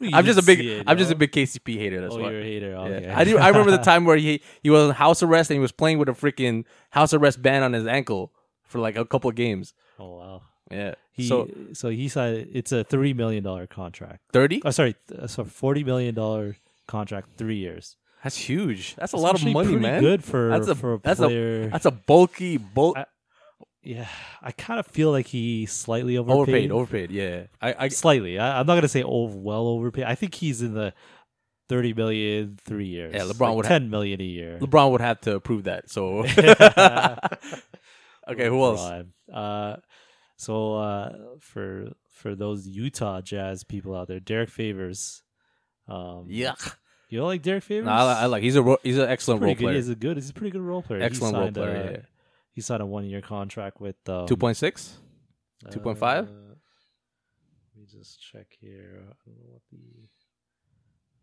Speaker 1: You
Speaker 3: I'm just a
Speaker 1: didn't
Speaker 3: big.
Speaker 1: see it,
Speaker 3: I'm just
Speaker 1: no?
Speaker 3: a big KCP hater. That's
Speaker 1: Oh,
Speaker 3: why.
Speaker 1: you're a hater.
Speaker 3: Yeah.
Speaker 1: Okay.
Speaker 3: I do. I remember the time where he he was on house arrest and he was playing with a freaking house arrest band on his ankle for like a couple of games.
Speaker 1: oh wow.
Speaker 3: Yeah.
Speaker 1: He, so so
Speaker 3: so
Speaker 1: he signed. It's a three million dollar contract.
Speaker 3: thirty.
Speaker 1: Oh, sorry, th- uh, sorry, forty million dollar contract, three years.
Speaker 3: That's huge. That's a lot of
Speaker 1: actually
Speaker 3: money,
Speaker 1: pretty
Speaker 3: man.
Speaker 1: Good for
Speaker 3: That's a-
Speaker 1: for a
Speaker 3: that's a-
Speaker 1: player.
Speaker 3: That's a bulky bulk.
Speaker 1: I- yeah, I kind of feel like he slightly overpaid.
Speaker 3: Overpaid, overpaid, yeah. I, I
Speaker 1: slightly. I, I'm not gonna say oh, well overpaid. I think he's in the thirty million three years.
Speaker 3: Yeah, LeBron
Speaker 1: like
Speaker 3: would ha-
Speaker 1: ten million a year.
Speaker 3: LeBron would have to approve that. So okay, who else?
Speaker 1: LeBron. Uh, so uh, for for those Utah Jazz people out there, Derek Favors. Um,
Speaker 3: Yeah,
Speaker 1: you don't like Derek Favors?
Speaker 3: no, I, li- I like. He's a ro- he's an
Speaker 1: He's
Speaker 3: excellent
Speaker 1: pretty
Speaker 3: role
Speaker 1: good.
Speaker 3: player.
Speaker 1: He's a good. He's a pretty good role player. He
Speaker 3: Excellent role
Speaker 1: signed,
Speaker 3: player.
Speaker 1: uh,
Speaker 3: yeah.
Speaker 1: He signed a one-year contract with um,
Speaker 3: Two point six.
Speaker 1: uh,
Speaker 3: 2.5?
Speaker 1: Let me just check here. I don't know what the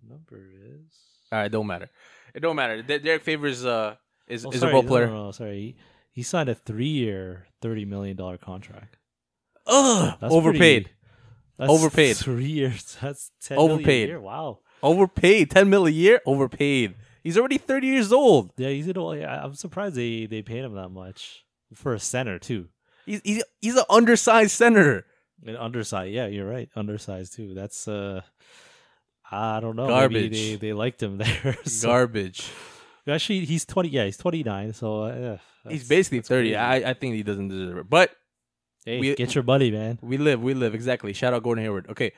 Speaker 1: number is.
Speaker 3: All right, don't matter. It don't matter. De- Derek Favors uh, is
Speaker 1: Oh,
Speaker 3: is
Speaker 1: sorry,
Speaker 3: a role
Speaker 1: no,
Speaker 3: player.
Speaker 1: No, no, sorry. He, he signed a three-year, thirty million dollar contract.
Speaker 3: Ugh,
Speaker 1: That's
Speaker 3: overpaid,
Speaker 1: pretty- That's
Speaker 3: Overpaid.
Speaker 1: Three years. That's ten million
Speaker 3: Overpaid.
Speaker 1: A year. Wow.
Speaker 3: overpaid. Ten mil a year, overpaid. He's already thirty years old.
Speaker 1: Yeah, he's in. a- yeah, I'm surprised they they paid him that much for a center too.
Speaker 3: He's he's, he's an undersized center.
Speaker 1: An undersized. Yeah, you're right. Undersized too. That's uh, I don't know. Maybe
Speaker 3: Garbage.
Speaker 1: they, they liked him there. so-
Speaker 3: Garbage.
Speaker 1: Actually, he's twenty. Yeah, he's twenty nine. So uh, that's-
Speaker 3: He's basically
Speaker 1: that's
Speaker 3: thirty.
Speaker 1: crazy.
Speaker 3: I, I think he doesn't deserve it. But
Speaker 1: Hey,
Speaker 3: we-
Speaker 1: get your money, man.
Speaker 3: we live, we live. Exactly. Shout out Gordon Hayward. Okay.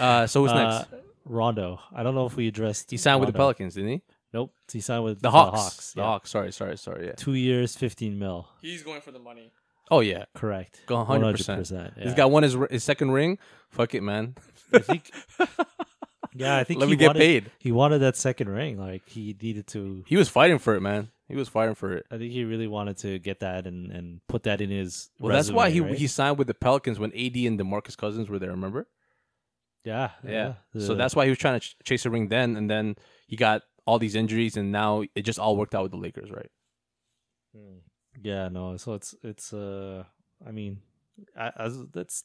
Speaker 3: Uh, so what's
Speaker 1: Uh,
Speaker 3: next?
Speaker 1: Rondo. I don't know if we addressed.
Speaker 3: He signed with the
Speaker 1: Rondo.
Speaker 3: Pelicans, didn't he?
Speaker 1: Nope. He signed with
Speaker 3: The Hawks.
Speaker 1: The Hawks.
Speaker 3: The
Speaker 1: yeah.
Speaker 3: Hawks. Sorry, sorry, sorry. Yeah.
Speaker 1: Two years, fifteen mil.
Speaker 2: He's going for the money.
Speaker 3: Oh yeah.
Speaker 1: Correct.
Speaker 3: Go 100%. He's
Speaker 1: yeah.
Speaker 3: got one his, his second ring. Fuck it, man.
Speaker 1: I think, yeah, I think
Speaker 3: Let
Speaker 1: he
Speaker 3: me get
Speaker 1: wanted,
Speaker 3: paid.
Speaker 1: He wanted that second ring. Like he needed to.
Speaker 3: He was fighting for it, man. He was fighting for it.
Speaker 1: I think he really wanted to get that and and put that in his.
Speaker 3: Well, that's why he
Speaker 1: resume, right?
Speaker 3: he signed with the Pelicans when AD and DeMarcus Cousins were there. Remember?
Speaker 1: yeah
Speaker 3: So
Speaker 1: The-
Speaker 3: that's why he was trying to ch- chase a ring then, and then he got all these injuries, and now it just all worked out with the Lakers, right?
Speaker 1: Yeah, no. So it's it's uh I mean, I, I that's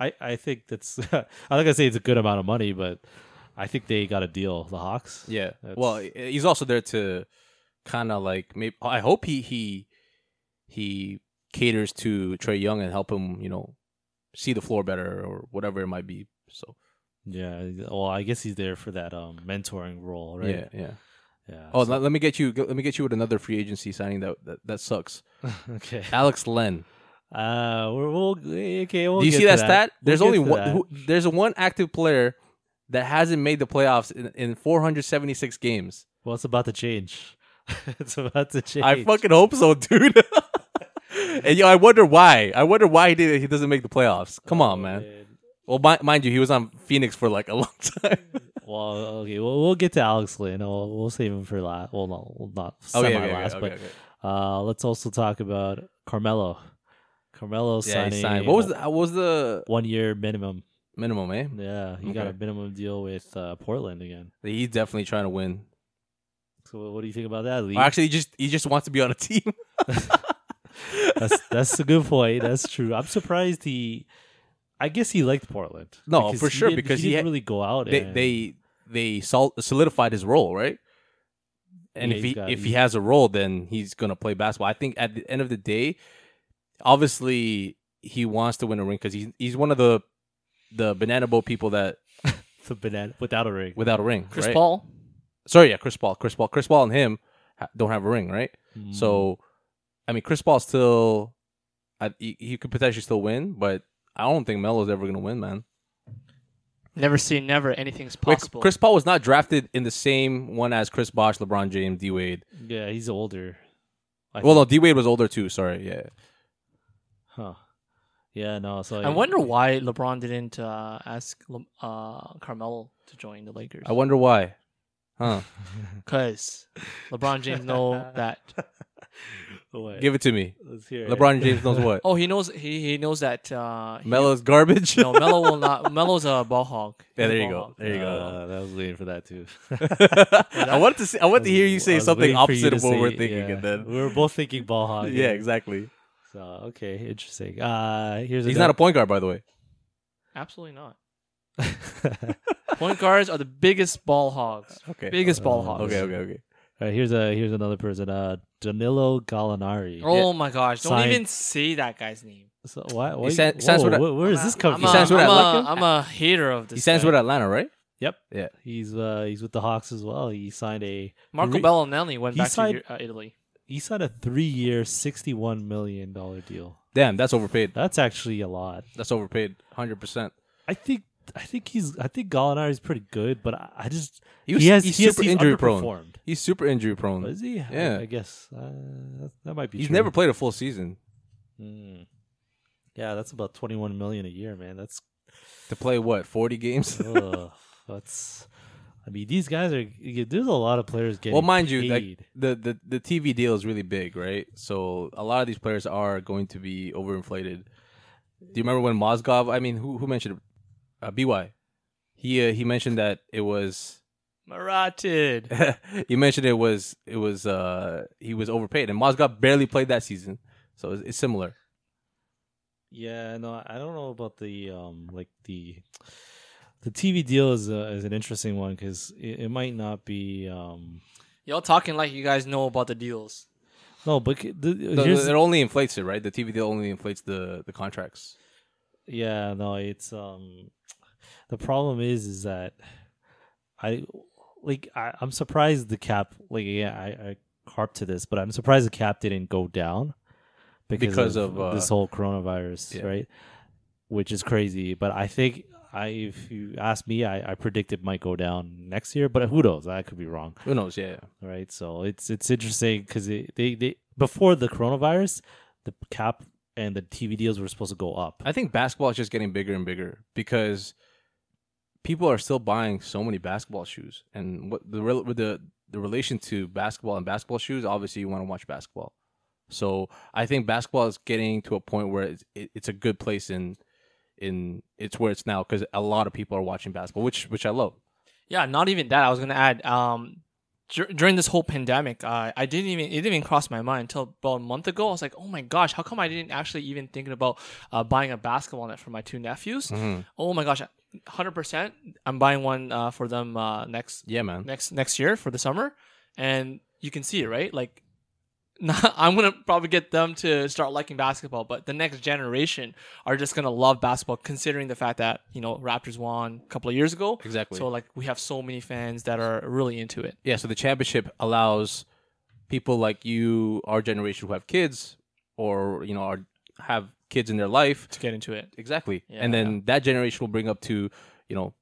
Speaker 1: I I think that's I'm not gonna say it's a good amount of money, but I think they got a deal. The Hawks.
Speaker 3: Yeah.
Speaker 1: That's-
Speaker 3: Well, he- he's also there to kind of like maybe I hope he he he caters to Trey Young and help him, you know, see the floor better or whatever it might be. So
Speaker 1: Yeah. Well, I guess he's there for that um mentoring role, right?
Speaker 3: yeah, yeah.
Speaker 1: Yeah.
Speaker 3: Oh,
Speaker 1: so-
Speaker 3: let, let me get you. Let me get you with another free agency signing that that, that sucks.
Speaker 1: okay.
Speaker 3: Alex Len.
Speaker 1: Uh, we're, we'll okay. We'll
Speaker 3: Do you
Speaker 1: get
Speaker 3: see
Speaker 1: to
Speaker 3: that, stat?
Speaker 1: We'll
Speaker 3: There's
Speaker 1: get
Speaker 3: only
Speaker 1: to
Speaker 3: one.
Speaker 1: that.
Speaker 3: Who, there's one active player that hasn't made the playoffs in, in 476 games.
Speaker 1: Well, it's about to change. it's about to change.
Speaker 3: I fucking hope so, dude. and yo, I wonder why. I wonder why he did. He doesn't make the playoffs. Come
Speaker 1: Oh,
Speaker 3: on, man. Well, mi- mind you, he was on Phoenix for like a long time.
Speaker 1: Well, okay. We'll, we'll get to Alex Lynn. We'll, we'll save him for last. Well, no, we'll not
Speaker 3: oh
Speaker 1: semi
Speaker 3: yeah, okay,
Speaker 1: last,
Speaker 3: okay,
Speaker 1: but
Speaker 3: okay.
Speaker 1: Uh, let's also talk about Carmelo. Carmelo
Speaker 3: yeah,
Speaker 1: signing
Speaker 3: he signed. What was the, uh, what was the
Speaker 1: one year minimum.
Speaker 3: minimum? Eh,
Speaker 1: Yeah, he got
Speaker 3: Okay.
Speaker 1: a minimum deal with uh, Portland again.
Speaker 3: he's definitely trying to win.
Speaker 1: So what- what do you think about that, Lee?
Speaker 3: Or actually, he just he just wants to be on a team.
Speaker 1: that's that's a good point. That's true. I'm surprised he. I guess he liked Portland.
Speaker 3: No, for
Speaker 1: he
Speaker 3: sure,
Speaker 1: didn't-
Speaker 3: because
Speaker 1: he
Speaker 3: he
Speaker 1: didn't
Speaker 3: had-
Speaker 1: really go out.
Speaker 3: they
Speaker 1: and,
Speaker 3: they they sol- solidified his role, right? And
Speaker 1: Yeah,
Speaker 3: if
Speaker 1: he's
Speaker 3: he
Speaker 1: got-
Speaker 3: if he
Speaker 1: he's-
Speaker 3: has a role, then he's gonna play basketball. I think at the end of the day, obviously he wants to win a ring because he's he's one of the the banana boat people that
Speaker 1: the banana without a ring.
Speaker 3: without a ring.
Speaker 2: Chris
Speaker 3: right?
Speaker 2: Paul.
Speaker 3: sorry, yeah, Chris Paul, Chris Paul, Chris Paul, and him ha- don't have a ring, right?
Speaker 1: Mm.
Speaker 3: So, I mean, Chris Paul still, I, he, he could potentially still win, but I don't think Melo's ever gonna win, man.
Speaker 2: Never say never. Anything's
Speaker 3: Wait,
Speaker 2: possible.
Speaker 3: Chris Paul was not drafted in the same one as Chris Bosh, LeBron James, D Wade.
Speaker 1: Mm, yeah, he's older. I
Speaker 3: Well, no,
Speaker 1: think.
Speaker 3: D Wade was older too. Sorry, yeah.
Speaker 1: huh? Yeah, no. So
Speaker 2: I wonder why LeBron didn't uh, ask Le- uh, Carmelo to join the Lakers.
Speaker 3: I wonder why. Huh?
Speaker 2: Because LeBron James know that.
Speaker 1: Wait,
Speaker 3: Give it to me.
Speaker 1: let's hear it.
Speaker 3: LeBron James knows what.
Speaker 2: Oh, he knows. He, he knows that. Uh, he-
Speaker 3: Melo's garbage.
Speaker 2: no, Melo will not. Melo's a ball hog. He's
Speaker 3: Yeah,
Speaker 2: a
Speaker 3: there you
Speaker 2: ball
Speaker 3: go.
Speaker 2: hog.
Speaker 3: There you go.
Speaker 1: Uh, I was waiting for that too.
Speaker 3: I wanted to see, I wanted to hear you
Speaker 1: I
Speaker 3: say
Speaker 1: was
Speaker 3: something
Speaker 1: waiting for you
Speaker 3: opposite
Speaker 1: to
Speaker 3: of what we're
Speaker 1: say-
Speaker 3: thinking,
Speaker 1: yeah.
Speaker 3: and then
Speaker 1: we were both thinking ball hog.
Speaker 3: yeah, exactly.
Speaker 1: So okay, interesting. Uh, here's
Speaker 3: He's not a point guard, by the way.
Speaker 2: Absolutely not.
Speaker 1: a.
Speaker 2: Point guards are the biggest ball hogs.
Speaker 3: Okay.
Speaker 2: Biggest ball
Speaker 1: Uh,
Speaker 2: hogs.
Speaker 3: Okay. Okay. Okay.
Speaker 1: here's a here's another person. Uh, Danilo Gallinari.
Speaker 2: Oh my gosh! Don't
Speaker 1: Sign-
Speaker 2: even say that guy's name.
Speaker 1: So why? why
Speaker 3: sa- sounds
Speaker 1: whoa,
Speaker 3: what I-
Speaker 1: wh- where is
Speaker 2: I'm
Speaker 1: this
Speaker 2: a-
Speaker 1: coming?
Speaker 2: I'm
Speaker 3: He
Speaker 2: a,
Speaker 3: signs with
Speaker 2: I'm a-
Speaker 3: Atlanta?
Speaker 2: I'm a hater of this.
Speaker 3: He signs
Speaker 2: guy.
Speaker 3: with Atlanta, right?
Speaker 1: Yep.
Speaker 3: Yeah.
Speaker 1: He's uh he's with the Hawks as well. He signed a
Speaker 2: Marco
Speaker 1: Re-
Speaker 2: Bellinelli went
Speaker 1: he
Speaker 2: back
Speaker 1: signed-
Speaker 2: to uh, Italy.
Speaker 1: he signed a three year sixty one million dollar deal.
Speaker 3: Damn, that's overpaid.
Speaker 1: That's actually a lot.
Speaker 3: That's overpaid. Hundred percent.
Speaker 1: I think I think he's I think Gallinari is pretty good, but I, I just
Speaker 3: He was-
Speaker 1: he has
Speaker 3: he's
Speaker 1: he has-
Speaker 3: super
Speaker 1: he's
Speaker 3: injury prone.
Speaker 1: underperformed.
Speaker 3: He's super injury prone.
Speaker 1: Is he? I-
Speaker 3: Yeah.
Speaker 1: I, guess uh, that, that might be.
Speaker 3: He's
Speaker 1: true.
Speaker 3: never played a full season
Speaker 1: Mm. Yeah, that's about twenty one million a year, man. That's
Speaker 3: to play what forty games.
Speaker 1: ugh, that's. I mean, these guys are. you- There's a lot of players getting.
Speaker 3: well, mind you, like,
Speaker 1: paid.
Speaker 3: the, the the TV deal is really big, right? So a lot of these players are going to be overinflated. Do you remember when Mozgov? I mean, who who mentioned it? Uh, By? He uh, he mentioned that it was
Speaker 2: Marated.
Speaker 3: he mentioned it was it was uh he was overpaid, and Mozgov barely played that season, so it's, it's similar.
Speaker 1: yeah, no, I don't know about the um, like the. The TV deal is a, is an interesting one because it, it might not be um
Speaker 2: Y'all talking like you guys know about the deals.
Speaker 1: no, but c- the,
Speaker 3: No,
Speaker 1: here's,
Speaker 3: it only inflates it, right? The TV deal only inflates the the contracts.
Speaker 1: Yeah, no, it's um the problem is is that I like I, I'm surprised the cap like yeah I, I harp to this, but I'm surprised the cap didn't go down because,
Speaker 3: Because
Speaker 1: of,
Speaker 3: of, uh,
Speaker 1: this whole coronavirus,
Speaker 3: yeah.
Speaker 1: right? Which is crazy. But I think I if you ask me, I, I predict it might go down next year, but who knows? I could be wrong
Speaker 3: Who knows? Yeah.
Speaker 1: right? So it's it's interesting because they, they they before the coronavirus, the cap and the TV deals were supposed to go up.
Speaker 3: I think basketball is just getting bigger and bigger because people are still buying so many basketball shoes, and what the rel- with the the relation to basketball and basketball shoes. Obviously, you want to watch basketball, so I think basketball is getting to a point where it's, it, it's a good place in in it's where it's now because a lot of people are watching basketball, which which I love.
Speaker 2: Yeah, not even that. I was gonna add. Um, dur- during this whole pandemic, I I didn't even it didn't even cross my mind until about a month ago. I was like, oh my gosh, how come I didn't actually even thinking about uh, buying a basketball net for my two nephews? Oh my gosh, hundred percent. I'm buying one uh, for them uh, next
Speaker 3: Yeah, man.
Speaker 2: next next year for the summer, and you can see it right. Like, not, I'm gonna probably get them to start liking basketball, but the next generation are just gonna love basketball, considering the fact that you know Raptors won a couple of years ago.
Speaker 3: Exactly.
Speaker 2: So like we have so many fans that are really into it.
Speaker 3: yeah, so the championship allows people like you, our generation who have kids, or you know, are, have kids in their life
Speaker 2: To get into it,
Speaker 3: Exactly.
Speaker 2: Yeah,
Speaker 3: and then that generation will bring up to, you know,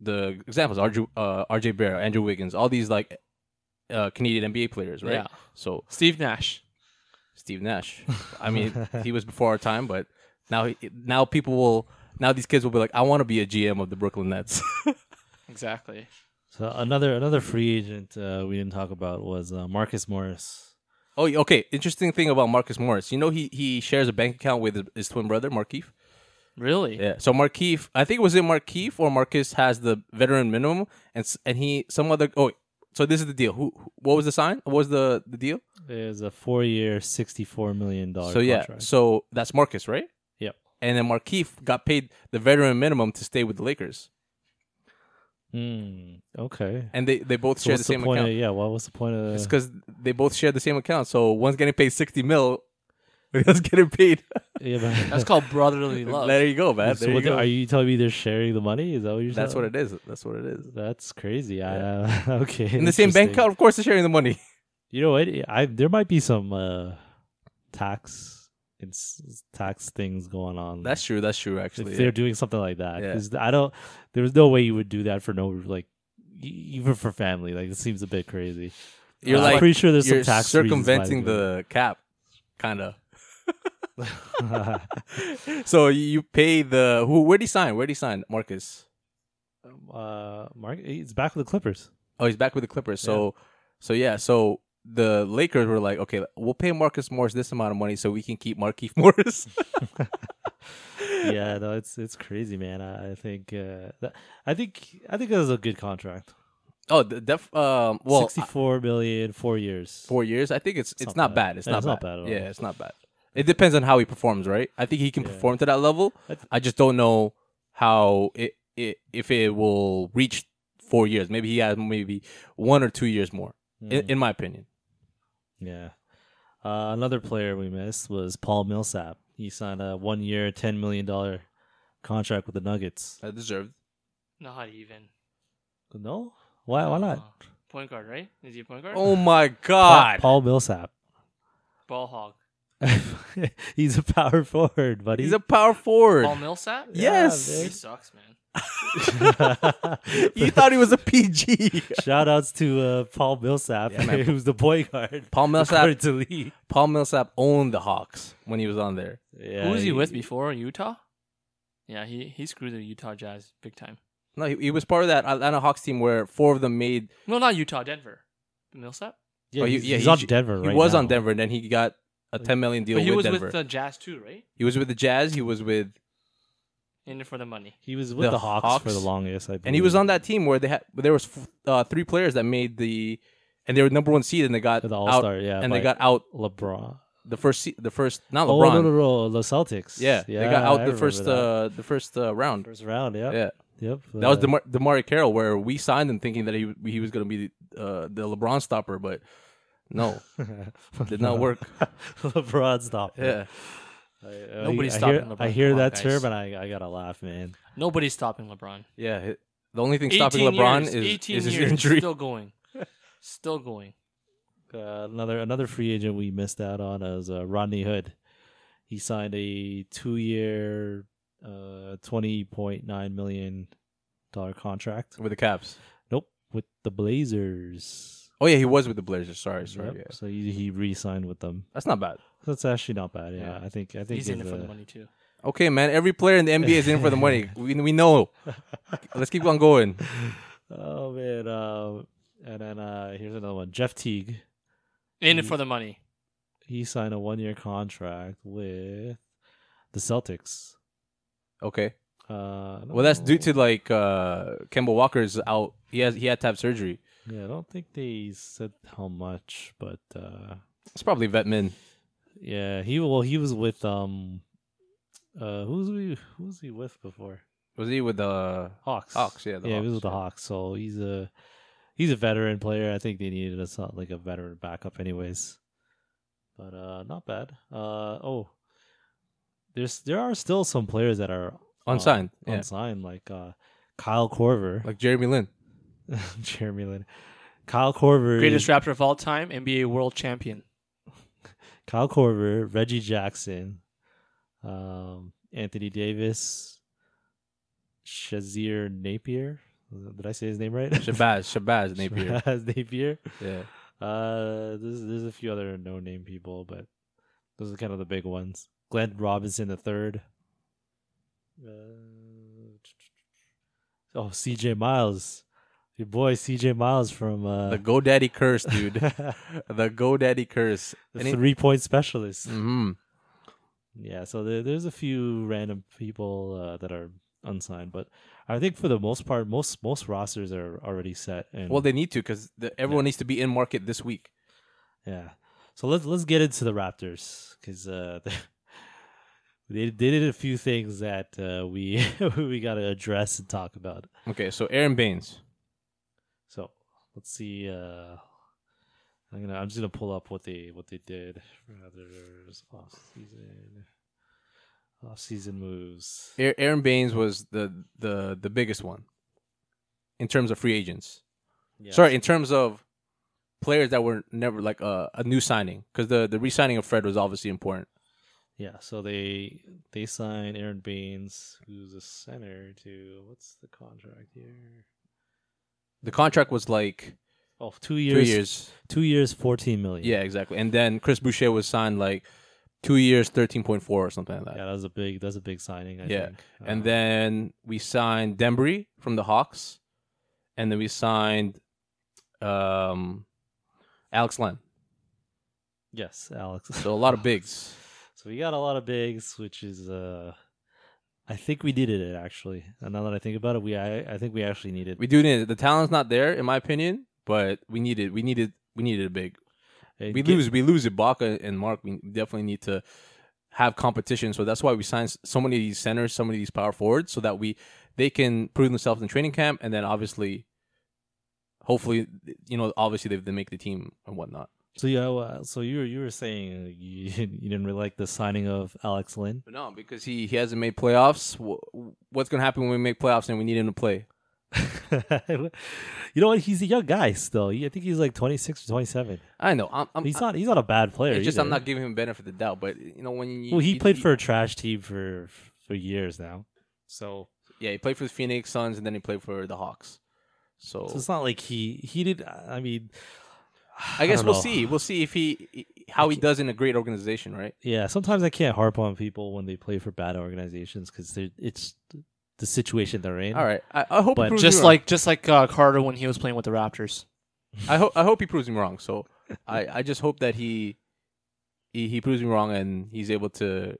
Speaker 3: the examples RJ, uh, RJ Barrett, Andrew Wiggins, all these like uh, Canadian NBA players, right?
Speaker 2: Yeah.
Speaker 3: So
Speaker 2: Steve Nash.
Speaker 3: Steve Nash. I mean, he was before our time, but now he, now people will now these kids will be like, I want to be a GM of the Brooklyn Nets.
Speaker 2: Exactly.
Speaker 1: So another another free agent uh, we didn't talk about was uh, Marcus Morris.
Speaker 3: oh, yeah, okay. Interesting thing about Marcus Morris. You know, he he shares a bank account with his, his twin brother Markeith.
Speaker 2: Really.
Speaker 3: Yeah. So Markeith, I think it was in Markeith or Marcus has the veteran minimum, and s- and he some other. Oh, wait. so this is the deal. Who? who- What was the sign? What was the the deal?
Speaker 1: There's a four year, sixty four million dollar.
Speaker 3: so yeah.
Speaker 1: contract.
Speaker 3: So that's Marcus, right?
Speaker 1: Yep.
Speaker 3: And then Markeith got paid the veteran minimum to stay with the Lakers,
Speaker 1: Hmm, okay.
Speaker 3: and they they both
Speaker 1: So
Speaker 3: share
Speaker 1: what's
Speaker 3: the
Speaker 1: the,
Speaker 3: same
Speaker 1: point?
Speaker 3: account.
Speaker 1: Of, yeah, what was the point of?
Speaker 3: It's because they both share the same account. So one's getting paid sixty mil. The other's getting paid.
Speaker 1: yeah, but-
Speaker 2: That's called brotherly love.
Speaker 3: there you go, man.
Speaker 1: So
Speaker 3: There you
Speaker 1: what the-
Speaker 3: go.
Speaker 1: are you telling me they're sharing the money? Is that what you're?
Speaker 3: That's what
Speaker 1: telling-
Speaker 3: it is. That's what it is.
Speaker 1: That's crazy. I, uh, okay.
Speaker 3: In the same
Speaker 1: interesting.
Speaker 3: bank account, of course, they're sharing the money.
Speaker 1: You know what? I there might be some uh, tax it's tax things going on.
Speaker 3: That's true. That's true.
Speaker 1: if
Speaker 3: Actually,
Speaker 1: they're
Speaker 3: yeah.
Speaker 1: doing something like that.
Speaker 3: Yeah.
Speaker 1: 'Cause I don't. There was no way you would do that for no like, e- even for family. Like it seems a bit crazy.
Speaker 3: you're
Speaker 1: I'm
Speaker 3: like
Speaker 1: pretty sure there's
Speaker 3: you're
Speaker 1: some tax reasons why they
Speaker 3: circumventing
Speaker 1: do it.
Speaker 3: the cap, kind of. So you pay the who? Where would he sign? Where would he sign? Marcus.
Speaker 1: uh, Mark, it's back with the Clippers.
Speaker 3: Oh, he's back with the Clippers. So, so yeah. So the Lakers were like, okay, we'll pay Marcus Morris this amount of money so we can keep Markeith Morris.
Speaker 1: yeah, no, it's it's crazy, man. I, I think uh, that, I think I think that was a good contract.
Speaker 3: oh, the def. Um, well,
Speaker 1: sixty four million, four years.
Speaker 3: four years. I think it's
Speaker 1: not
Speaker 3: it's,
Speaker 1: bad.
Speaker 3: not bad. It's
Speaker 1: Yeah,
Speaker 3: not
Speaker 1: it's
Speaker 3: bad.
Speaker 1: not bad at all.
Speaker 3: yeah, it's not bad. It depends on how he performs, right? I think he can
Speaker 1: Yeah.
Speaker 3: perform to that level.
Speaker 1: That's-
Speaker 3: I just don't know how it, it if it will reach four years. Maybe he has maybe one or two years more. In,
Speaker 1: Mm,
Speaker 3: in my opinion,
Speaker 1: yeah. Uh, another player we missed was Paul Millsap. He signed a one year, ten million dollar contract with the Nuggets.
Speaker 3: I deserved.
Speaker 2: Not even.
Speaker 1: No, why? Why not?
Speaker 2: Uh, point guard, right? Is he a point guard?
Speaker 3: Oh my
Speaker 1: Pa-
Speaker 3: god!
Speaker 1: Paul Millsap.
Speaker 2: Ball hog.
Speaker 1: He's a power forward, buddy.
Speaker 3: He's a power forward.
Speaker 2: Paul Millsap.
Speaker 1: Yeah,
Speaker 2: He
Speaker 3: yes,
Speaker 2: sucks, man.
Speaker 3: you thought he was a PG.
Speaker 1: Shout outs to uh, Paul Millsap,
Speaker 3: Yeah, man.
Speaker 1: who's the point guard.
Speaker 3: Paul
Speaker 1: according
Speaker 3: Millsap.
Speaker 1: to Lee.
Speaker 3: Paul Millsap owned the Hawks when he was on there.
Speaker 1: Yeah,
Speaker 2: Who was he with before? Utah. Yeah, he he screwed the Utah Jazz big time.
Speaker 3: No, he, he was part of that Atlanta Hawks team where four of them made.
Speaker 2: No, not Utah, Denver. Millsap.
Speaker 1: Yeah,
Speaker 3: Oh, you-
Speaker 1: he's,
Speaker 3: yeah,
Speaker 1: he's
Speaker 3: he
Speaker 1: on
Speaker 3: j-
Speaker 1: Denver.
Speaker 3: He
Speaker 1: right
Speaker 3: was on
Speaker 1: now.
Speaker 3: Denver, and then he got a ten million deal
Speaker 2: But he
Speaker 3: with
Speaker 2: was
Speaker 3: Denver.
Speaker 2: with the Jazz too, right?
Speaker 3: He was with the Jazz. He was with,
Speaker 2: In it for the money.
Speaker 1: He was with
Speaker 3: The
Speaker 1: the, Hawks, for
Speaker 3: Hawks.
Speaker 1: the longest. I
Speaker 3: and he was
Speaker 1: believe.
Speaker 3: on that team where they had there was f- uh, three players that made the, and they were number one seed, and they got
Speaker 1: For the All
Speaker 3: out,
Speaker 1: Star. Yeah,
Speaker 3: and they
Speaker 1: by
Speaker 3: got out
Speaker 1: LeBron.
Speaker 3: the first se- the first not
Speaker 1: Oh
Speaker 3: LeBron.
Speaker 1: no, no, no, the Celtics.
Speaker 3: Yeah, they got
Speaker 1: Yeah, I
Speaker 3: out the
Speaker 1: remember
Speaker 3: first
Speaker 1: that.
Speaker 3: uh, the first uh, round.
Speaker 1: first round. Yep.
Speaker 3: Yeah,
Speaker 1: Yep.
Speaker 3: that was
Speaker 1: uh,
Speaker 3: Demar- Demari Carroll, where we signed him thinking that he he was going to be the, uh, the LeBron stopper, but no, did not work.
Speaker 1: Uh, LeBron stopped.
Speaker 3: Yeah,
Speaker 1: I, I,
Speaker 2: Nobody's
Speaker 1: I
Speaker 2: stopping
Speaker 1: hear,
Speaker 2: LeBron.
Speaker 1: I hear
Speaker 2: Come on,
Speaker 1: that
Speaker 2: guys.
Speaker 1: term and I, I gotta laugh, man.
Speaker 2: Nobody's stopping LeBron.
Speaker 3: yeah. hi- The only thing stopping
Speaker 2: 18
Speaker 3: LeBron
Speaker 2: years,
Speaker 3: is,
Speaker 2: 18
Speaker 3: is his
Speaker 2: years,
Speaker 3: injury.
Speaker 2: Still going. Still going.
Speaker 1: Uh, another another free agent we missed out on is uh, Rodney Hood. He signed a two-year, uh, twenty point nine million dollar contract.
Speaker 3: with the Caps.
Speaker 1: Nope, with the Blazers.
Speaker 3: Oh yeah, he was with the Blazers. Sorry, sorry.
Speaker 1: Yep,
Speaker 3: yeah.
Speaker 1: So he, he re-signed with them.
Speaker 3: That's not bad.
Speaker 1: That's actually not bad. Yeah,
Speaker 3: Yeah.
Speaker 1: I think I think
Speaker 2: He's in it
Speaker 1: it's,
Speaker 2: for the
Speaker 1: uh,
Speaker 2: money too.
Speaker 3: Okay, man. Every player in the NBA is in for the money. We, we know. Let's keep on going.
Speaker 1: Oh man. Uh, and then uh, here's another one. Jeff Teague.
Speaker 2: In it for the money.
Speaker 1: He signed a one-year contract with the Celtics.
Speaker 3: Okay.
Speaker 1: Uh, I don't
Speaker 3: Well, that's due
Speaker 1: know.
Speaker 3: to like uh Kemba Walker's out. He has he had to have surgery.
Speaker 1: Yeah, I don't think they said how much, but uh
Speaker 3: It's probably Vetmin.
Speaker 1: yeah, he well he was with um uh who's we who was he with before?
Speaker 3: Was he with uh, the?
Speaker 1: Hawks.
Speaker 3: Hawks, yeah, the
Speaker 1: yeah, he was
Speaker 3: Hawks.
Speaker 1: with the Hawks, so he's a he's a veteran player. I think they needed a sort- like a veteran backup anyways. But uh not bad. Uh oh. There's there are still some players that are
Speaker 3: Unsigned,
Speaker 1: Uh,
Speaker 3: yeah.
Speaker 1: Unsigned, like uh Kyle Corver.
Speaker 3: like Jeremy Lin?
Speaker 1: Jeremy Lin. Kyle Corver
Speaker 2: Greatest Raptor of all time, NBA world champion.
Speaker 1: Kyle Korver, Reggie Jackson, um, Anthony Davis, Shazir Napier. Did I say his name right?
Speaker 3: Shabazz, Shabazz Napier.
Speaker 1: Shabazz Napier.
Speaker 3: yeah.
Speaker 1: Uh, there's, there's a few other no name people, but those are kind of the big ones. Glenn Robinson the third. Uh, oh, C.J. Miles, your boy C.J. Miles from uh,
Speaker 3: The GoDaddy curse, dude. the GoDaddy curse.
Speaker 1: the three point specialist.
Speaker 3: Mm-hmm.
Speaker 1: Yeah, so there, there's a few random people uh, that are unsigned, but I think for the most part, most most rosters are already set. And,
Speaker 3: Well, they need to because everyone needs to be in market this week.
Speaker 1: yeah. So let's let's get into the Raptors because uh, they they did a few things that uh, we we gotta address and talk about.
Speaker 3: Okay, so Aaron Baines.
Speaker 1: So let's see. Uh, I'm gonna I'm just gonna pull up what they what they did. Raptors off season off season moves.
Speaker 3: Aar- Aaron Baines was the the the biggest one in terms of free agents.
Speaker 1: Yeah.
Speaker 3: Sorry, in terms of players that were never like a, a new signing because the the re-signing of Fred was obviously important.
Speaker 1: Yeah, so they they sign Aaron Baines, who's a center, to what's the contract here?
Speaker 3: The contract was like
Speaker 1: Oh, two
Speaker 3: two
Speaker 1: years,
Speaker 3: years.
Speaker 1: two years, fourteen million.
Speaker 3: Yeah, exactly. And then Chris Boucher was signed like two years, thirteen point four or something like that.
Speaker 1: yeah, that was a big that's a big signing. I
Speaker 3: Yeah,
Speaker 1: think.
Speaker 3: And
Speaker 1: Uh,
Speaker 3: then we signed Dembry from the Hawks, and then we signed um, Alex Len.
Speaker 1: yes, Alex.
Speaker 3: So a lot of bigs.
Speaker 1: So we got a lot of bigs, which is uh, I think we needed it actually. And now that I think about it, we I, I think we actually needed.
Speaker 3: We do need it. The talent's not there, in my opinion, but we needed we needed we needed a big.
Speaker 1: and
Speaker 3: We
Speaker 1: get-
Speaker 3: lose we lose Ibaka and Mark. We definitely need to have competition. So that's why we signed s- so many of these centers, so many of these power forwards, so that we they can prove themselves in training camp, and then obviously, hopefully, you know, obviously they, they make the team and whatnot.
Speaker 1: So yeah, well, so you were you were saying uh, you you didn't really like the signing of Alex Lynn.
Speaker 3: But no, because he, he hasn't made playoffs. Wh- What's going to happen when we make playoffs and we need him to play?
Speaker 1: you know what? He's a young guy still. He- I think he's like 26 or 27.
Speaker 3: I know. I'm, I'm,
Speaker 1: He's not. He's not a bad player.
Speaker 3: it's Um, just I'm
Speaker 1: either.
Speaker 3: not giving him benefit of the doubt. But, you know, when you.
Speaker 1: Well, he
Speaker 3: you-
Speaker 1: played
Speaker 3: you-
Speaker 1: for a trash team for for years now, so,
Speaker 3: Yeah, he played for the Phoenix Suns and then he played for the Hawks. So,
Speaker 1: so it's not like he he did. I mean,
Speaker 3: I guess
Speaker 1: don't
Speaker 3: we'll
Speaker 1: know.
Speaker 3: see. We'll see if he how he does in a great organization, right?
Speaker 1: Yeah, sometimes I can't harp on people when they play for bad organizations because it's the situation they're in.
Speaker 3: All right. I, I hope
Speaker 1: But
Speaker 3: he proves me
Speaker 2: Just
Speaker 3: wrong.
Speaker 2: like just like uh, Carter when he was playing with the Raptors.
Speaker 3: I hope I hope he proves me wrong. So I, I just hope that he, he he proves me wrong and he's able to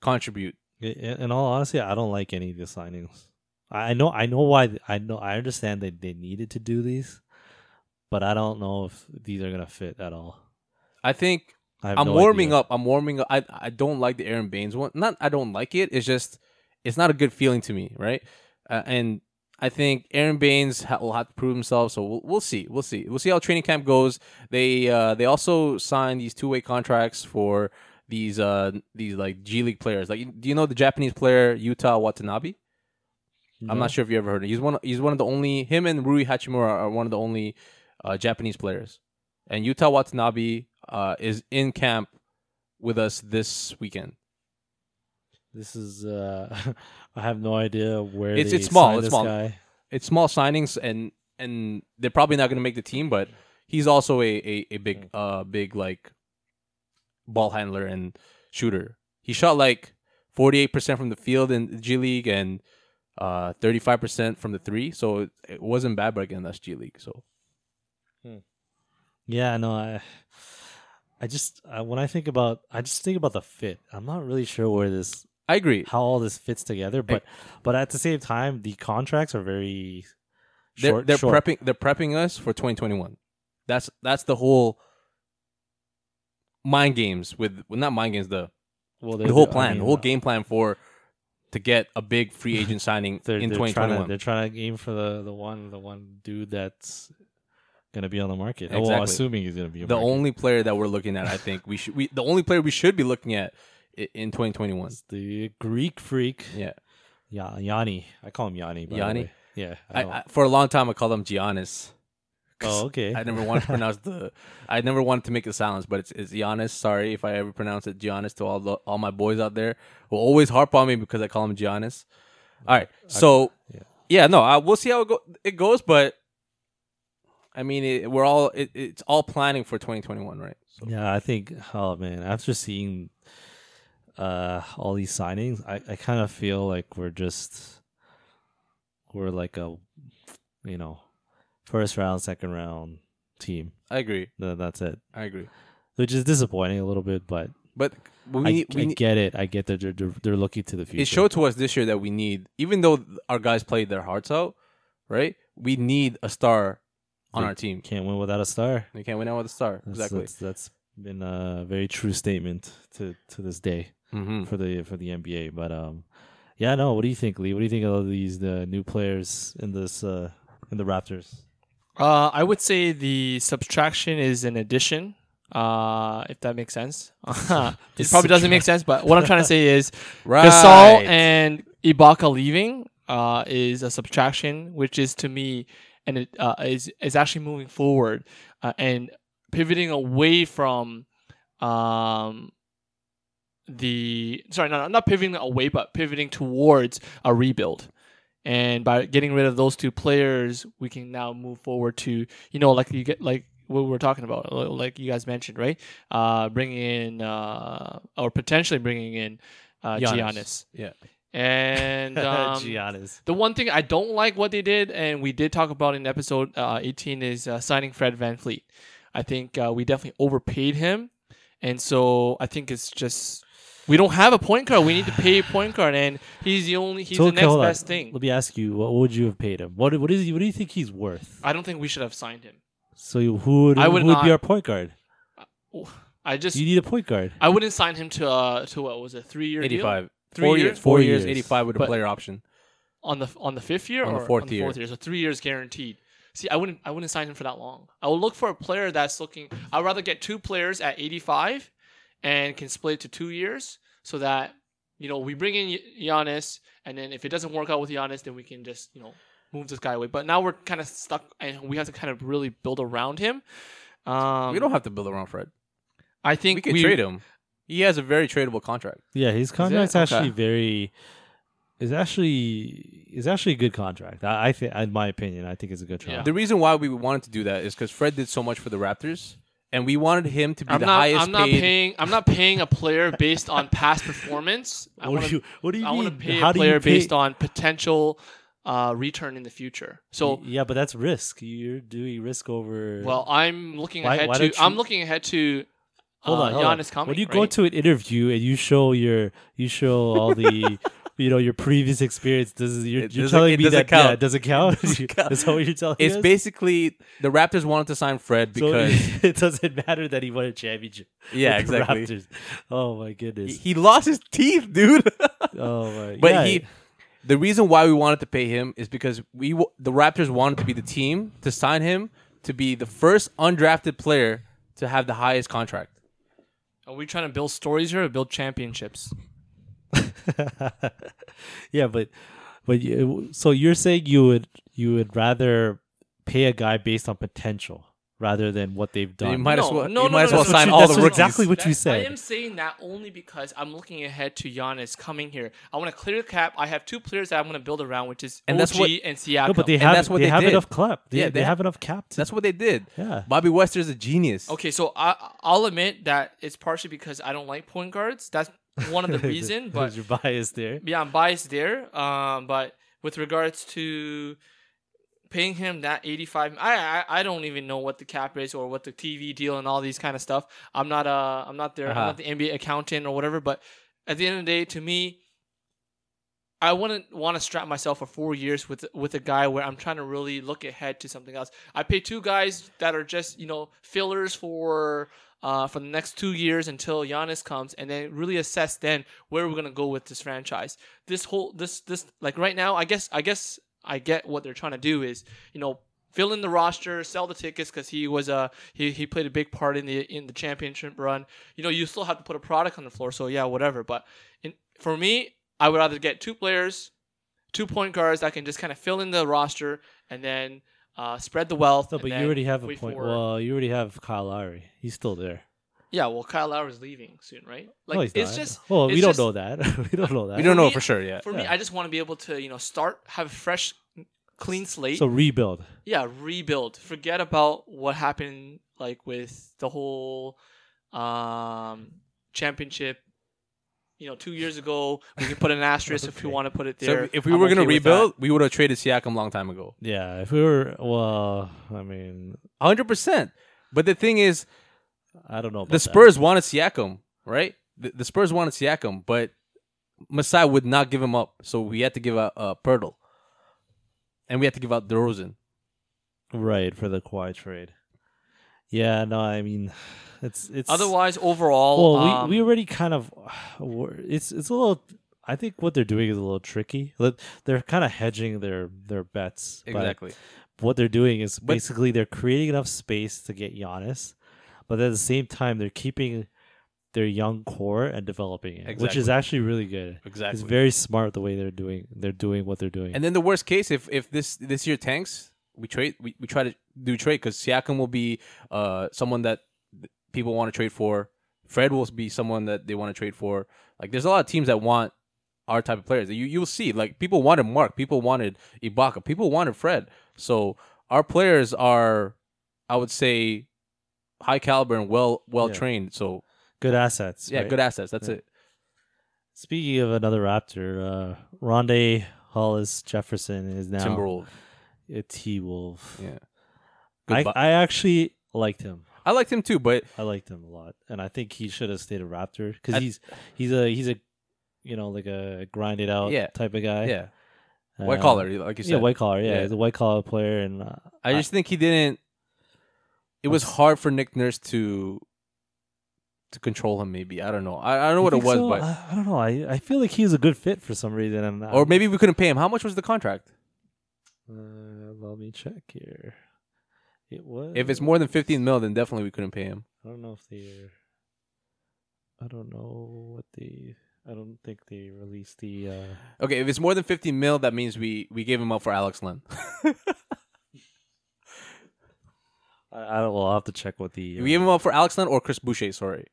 Speaker 3: contribute.
Speaker 1: In, in all honesty, I don't like any of the signings. I I know, I know why. th- I know, I understand that they needed to do these, but I don't know if these are gonna fit at all.
Speaker 3: I think
Speaker 1: I have
Speaker 3: I'm
Speaker 1: no
Speaker 3: warming
Speaker 1: idea.
Speaker 3: up. I'm warming up. I I don't like the Aaron Baines one. Not I don't like it. It's just it's not a good feeling to me, right? Uh, and I think Aaron Baines ha- will have to prove himself. So we'll, we'll see. We'll see. We'll see how training camp goes. They uh, they also signed these two way contracts for these uh these like G League players. Like do you know the Japanese player Utah Watanabe? I'm not sure if you ever heard of. He's one. He's one of the only. Him and Rui Hachimura are one of the only uh, Japanese players. And Utah Watanabe uh, is in camp with us this weekend.
Speaker 1: This is uh, I have no idea where
Speaker 3: It's-
Speaker 1: they
Speaker 3: it's small,
Speaker 1: signed
Speaker 3: it's
Speaker 1: this
Speaker 3: small.
Speaker 1: Guy.
Speaker 3: It's small signings, and and they're probably not going to make the team, but he's also a, a, a big uh big like ball handler and shooter. He shot like 48 percent from the field in G League and uh 35 percent from the three, so it, it wasn't bad. But again, that's G League, so
Speaker 1: Yeah, no, I, I just I, when I think about, I just think about the fit. I'm not really sure where this,
Speaker 3: I agree.
Speaker 1: how all this fits together, but but at the same time, the contracts are very
Speaker 3: they're,
Speaker 1: short.
Speaker 3: they're
Speaker 1: short.
Speaker 3: prepping they're prepping us for 2021 that's that's the whole mind games with well, not mind games the,
Speaker 1: Well, they-
Speaker 3: the whole
Speaker 1: I
Speaker 3: plan
Speaker 1: mean,
Speaker 3: the whole
Speaker 1: uh,
Speaker 3: game plan for to get a big free agent signing
Speaker 1: They're,
Speaker 3: in
Speaker 1: they're trying to
Speaker 3: 2021
Speaker 1: they're trying to aim for the the one the one dude that's gonna be on the market. Oh, Well,
Speaker 3: Exactly.
Speaker 1: assuming he's gonna be on
Speaker 3: the
Speaker 1: market.
Speaker 3: only player that we're looking at i think we should we the only player we should be looking at i- in 2021
Speaker 1: It's the Greek freak.
Speaker 3: yeah
Speaker 1: Yeah, Yanni. I call him Yanni. By
Speaker 3: Yanni?
Speaker 1: The way. Yeah.
Speaker 3: I,
Speaker 1: know.
Speaker 3: I, for a long time i called him giannis
Speaker 1: oh, okay.
Speaker 3: I never wanted to pronounce the. I never wanted to make the silence, but it's it's Giannis. Sorry if I ever pronounce it Giannis to all the all my boys out there who always harp on me because I call him Giannis. All right, so
Speaker 1: yeah.
Speaker 3: yeah, no, I, we'll see how it, go, it goes, but I mean, it, we're all it, it's all planning for 2021, right? So
Speaker 1: Yeah, I think. Oh man, after seeing uh all these signings, I I kind of feel like we're just we're like a you know first round, second round team.
Speaker 3: I agree,
Speaker 1: Th- That's it,
Speaker 3: I agree,
Speaker 1: which is disappointing a little bit, but
Speaker 3: but we
Speaker 1: I,
Speaker 3: need,
Speaker 1: I
Speaker 3: we need,
Speaker 1: get it. I get that they're they're, they're looking to the future.
Speaker 3: it showed to us this year that we need, even though our guys played their hearts out, right? We need a star on
Speaker 1: They
Speaker 3: our team.
Speaker 1: can't win without a star.
Speaker 3: We can't win out with a star,
Speaker 1: That's,
Speaker 3: exactly.
Speaker 1: that's- that's been a very true statement to to this day.
Speaker 3: mm-hmm.
Speaker 1: for the for the NBA. But um, yeah, no. What do you think, Lee? What do you think of all these the new players in this uh in the Raptors?
Speaker 2: Uh, I would say the subtraction is an addition, uh, if that makes sense. it probably doesn't make sense, but what I'm trying to say is Gasol and Ibaka leaving uh, is a subtraction, which is to me, and it uh, is is actually moving forward uh, and pivoting away from um, the sorry, no, no, not pivoting away, but pivoting towards a rebuild. And by getting rid of those two players, we can now move forward to you know like you get like what we we're talking about, uh, like you guys mentioned, right? Uh, bringing in uh, or potentially bringing in uh,
Speaker 3: Giannis.
Speaker 2: Giannis.
Speaker 3: Yeah.
Speaker 2: And um,
Speaker 1: Giannis.
Speaker 2: the one thing I don't like what they did, and we did talk about in episode uh, 18, is uh, signing Fred Van Fleet. I think uh, we definitely overpaid him. And so I think it's just. We don't have a point guard. We need to pay a point guard, and he's the only. He's the next best thing.
Speaker 1: Let me ask you, what would you have paid him? What what is he- what do you think he's worth?
Speaker 2: I don't think we should have signed him.
Speaker 1: So you- who would
Speaker 2: I would
Speaker 1: who would be
Speaker 2: not-
Speaker 1: our point guard?
Speaker 2: I just.
Speaker 1: You need a point guard.
Speaker 2: I wouldn't sign him to uh to what was it three year deal?
Speaker 3: 85.
Speaker 2: Three
Speaker 3: four
Speaker 2: years?
Speaker 3: years, four
Speaker 1: Four
Speaker 3: years,
Speaker 1: years.
Speaker 3: 85 with a
Speaker 2: But-
Speaker 3: player option.
Speaker 2: on the on the fifth year
Speaker 3: On
Speaker 2: or
Speaker 3: the fourth
Speaker 2: on the fourth year. So three years guaranteed. See, I wouldn't I wouldn't sign him for that long. I would look for a player that's looking. I'd rather get two players at eighty five, and can split it to two years so that you know we bring in Y- Giannis, and then if it doesn't work out with Giannis, then we can just you know move this guy away. But now we're kind of stuck, and we have to kind of really build around him. Um,
Speaker 3: we don't have to build around Fred.
Speaker 2: I think
Speaker 3: We can trade him. He has a very tradable contract.
Speaker 1: Yeah, his contract's
Speaker 2: Okay.
Speaker 1: actually very is actually is actually a good contract. I, I think, in my opinion, I think it's a good
Speaker 2: Yeah.
Speaker 1: contract.
Speaker 3: The reason why we wanted to do that is because Fred did so much for the Raptors, and we wanted him to be
Speaker 2: I'm
Speaker 3: the
Speaker 2: not.
Speaker 3: highest
Speaker 2: I'm not
Speaker 3: paid.
Speaker 2: paying. I'm not paying a player based on past performance. I
Speaker 1: What
Speaker 2: wanna-
Speaker 1: do you What do you
Speaker 2: I
Speaker 1: mean?
Speaker 2: want to pay
Speaker 1: How
Speaker 2: a
Speaker 1: do you
Speaker 2: player
Speaker 1: pay-
Speaker 2: based on potential uh, return in the future. So,
Speaker 1: yeah, but that's risk. You're doing risk over.
Speaker 2: well, I'm looking
Speaker 1: Why-
Speaker 2: ahead
Speaker 1: why
Speaker 2: to.
Speaker 1: don't
Speaker 2: I'm
Speaker 1: you-
Speaker 2: looking ahead to. Uh,
Speaker 1: hold on, hold on.
Speaker 2: Giannis coming.
Speaker 1: When you
Speaker 2: right?
Speaker 1: go to an interview and you show your, you show all the, you know, your previous experience. This is you're,
Speaker 3: It
Speaker 1: you're
Speaker 3: doesn't-
Speaker 1: telling
Speaker 3: it
Speaker 1: me
Speaker 3: doesn't
Speaker 1: that yeah,
Speaker 3: count.
Speaker 1: it doesn't count.
Speaker 3: doesn't count.
Speaker 1: That's not what you're telling
Speaker 3: It's
Speaker 1: us.
Speaker 3: basically the Raptors wanted to sign Fred
Speaker 1: So
Speaker 3: because
Speaker 1: it doesn't matter that he won a championship.
Speaker 3: yeah,
Speaker 1: with the
Speaker 3: exactly.
Speaker 1: Raptors. Oh my
Speaker 3: He,
Speaker 1: goodness.
Speaker 3: he lost his teeth, dude.
Speaker 1: Oh my.
Speaker 3: But
Speaker 1: yeah.
Speaker 3: he, the reason why we wanted to pay him is because we w- the Raptors wanted to be the team to sign him to be the first undrafted player to have the highest contract.
Speaker 2: Are we trying to build stories here or build championships?
Speaker 1: yeah, but But you, so you're saying you would you would rather pay a guy based on potential rather than what they've done.
Speaker 3: You might as
Speaker 2: No,
Speaker 3: well.
Speaker 2: no,
Speaker 3: you
Speaker 2: no,
Speaker 3: might
Speaker 2: no,
Speaker 3: as well
Speaker 2: that's
Speaker 1: what
Speaker 3: sign
Speaker 1: you-
Speaker 3: all
Speaker 1: that's
Speaker 3: the
Speaker 1: what-
Speaker 3: rookies.
Speaker 1: exactly what you
Speaker 2: I
Speaker 1: said.
Speaker 2: am saying that only because I'm looking ahead to Giannis coming here. I want to clear the cap. I have two players that I'm going to build around, which is
Speaker 3: And
Speaker 2: and
Speaker 3: that's
Speaker 2: that's
Speaker 3: what-
Speaker 2: and Siakam.
Speaker 1: no, but they
Speaker 3: And
Speaker 1: have
Speaker 3: that's what
Speaker 1: they,
Speaker 3: they
Speaker 1: have
Speaker 3: did.
Speaker 1: enough club. They,
Speaker 3: Yeah,
Speaker 1: they,
Speaker 3: they-
Speaker 1: have enough cap. To,
Speaker 3: That's what they did.
Speaker 1: Yeah.
Speaker 3: Bobby Wester's a genius.
Speaker 2: okay, so I, I'll admit that it's partially because I don't like point guards. That's one of the reason. but
Speaker 1: your bias there.
Speaker 2: yeah, I'm biased there. Um, but with regards to paying him that 85, I, I I don't even know what the cap is or what the TV deal and all these kind of stuff. I'm not uh I'm not there.
Speaker 3: Uh-huh.
Speaker 2: I'm not the NBA accountant or whatever. But at the end of the day, to me, I wouldn't want to strap myself for four years with with a guy where I'm trying to really look ahead to something else. I pay two guys that are just you know fillers for uh, for the next two years until Giannis comes, and then really assess then where we're gonna go with this franchise. This whole this this like right now, I guess I guess I get what they're trying to do is you know fill in the roster, sell the tickets because he was a he, he played a big part in the in the championship run. You know you still have to put a product on the floor, so yeah, whatever. But in, for me, I would rather get two players, two point guards that can just kind of fill in the roster and then uh, spread the wealth.
Speaker 1: No,
Speaker 2: and
Speaker 1: but you
Speaker 2: then
Speaker 1: already have a
Speaker 2: wait
Speaker 1: point.
Speaker 2: for-
Speaker 1: Well, you already have Kyle Lowry. He's still there.
Speaker 2: yeah, well, Kyle Lowry's leaving soon, right? Like
Speaker 1: no, he's
Speaker 2: it's
Speaker 1: not.
Speaker 2: just
Speaker 1: well,
Speaker 2: it's
Speaker 1: we don't
Speaker 2: just-
Speaker 1: know that. we don't know that.
Speaker 3: We don't
Speaker 2: For
Speaker 3: know
Speaker 2: me-
Speaker 3: for sure yet.
Speaker 2: For me,
Speaker 1: Yeah.
Speaker 2: I just want to be able to you know start have a fresh, clean slate.
Speaker 1: So rebuild.
Speaker 2: yeah, rebuild. Forget about what happened like with the whole um championship. You know, two years ago, we can put an asterisk if we
Speaker 1: Okay.
Speaker 2: want to put it
Speaker 3: So
Speaker 2: there.
Speaker 3: if we
Speaker 2: I'm
Speaker 3: were gonna
Speaker 2: okay with that.
Speaker 3: rebuild, we would have traded Siakam a long time ago.
Speaker 1: Yeah, if we were, well, I mean,
Speaker 3: hundred percent. But the thing is,
Speaker 1: I don't know. About
Speaker 3: the Spurs wanted Siakam, right? The, the Spurs wanted Siakam, but Masai would not give him up, so we had to give out uh, Pirtle, and we had to give out DeRozan.
Speaker 1: that. right for the Kawhi trade. Yeah, no, I mean, it's it's
Speaker 2: Otherwise, overall,
Speaker 1: Well,
Speaker 2: um,
Speaker 1: we, we already kind of were- it's it's a little. I think what they're doing is a little tricky. Like, They're kind of hedging their their bets. by
Speaker 3: Exactly.
Speaker 1: what they're doing is
Speaker 3: But-
Speaker 1: basically they're creating enough space to get Giannis, but at the same time they're keeping their young core and developing it, which is
Speaker 3: Exactly.
Speaker 1: actually really good.
Speaker 3: Exactly.
Speaker 1: It's very smart the way they're doing they're doing what they're doing.
Speaker 3: and then the worst case, if if this this year tanks, we trade. We, we try to do trade because Siakam will be uh someone that th- people want to trade for. Fred will be someone that they want to trade for. Like there's a lot of teams that want our type of players. You you'll see like people wanted Mark, people wanted Ibaka, people wanted Fred. So our players are, I would say, high caliber and well well
Speaker 1: Yeah.
Speaker 3: trained. So
Speaker 1: good assets.
Speaker 3: yeah,
Speaker 1: right?
Speaker 3: good assets. That's
Speaker 1: Yeah.
Speaker 3: it.
Speaker 1: Speaking of another Raptor, uh Rondé Hollis Jefferson is now
Speaker 3: Timberwolves.
Speaker 1: a T Wolf.
Speaker 3: Yeah. Good
Speaker 1: I,
Speaker 3: bu-
Speaker 1: I actually liked him.
Speaker 3: I liked him too, but
Speaker 1: I liked him a lot, and I think he should have stayed a Raptor
Speaker 3: I-
Speaker 1: because he's he's a he's a you know like a grind it out
Speaker 3: Yeah.
Speaker 1: type of guy.
Speaker 3: yeah, white
Speaker 1: Um,
Speaker 3: collar, like you said.
Speaker 1: Yeah, white collar. Yeah,
Speaker 3: Yeah.
Speaker 1: he's a white collar player, and uh,
Speaker 3: I just think he didn't. It was hard for Nick Nurse to to control him. Maybe I don't know. I, I don't know what it was, but
Speaker 1: I, I don't know. I, I feel like he was a good fit for some reason, and
Speaker 3: or maybe we couldn't pay him. How much was the contract?
Speaker 1: uh, let me check here. It was
Speaker 3: If it's more than fifteen mil, then definitely we couldn't pay him.
Speaker 1: I don't know if they. I don't know what they. I don't think they released the. Uh,
Speaker 3: Okay, if it's more than fifteen mil, that means we we gave him up for Alex Len.
Speaker 1: I, I don't. Well, I'll have to check what the. uh,
Speaker 3: We gave him up for Alex Len or Chris Boucher. Sorry,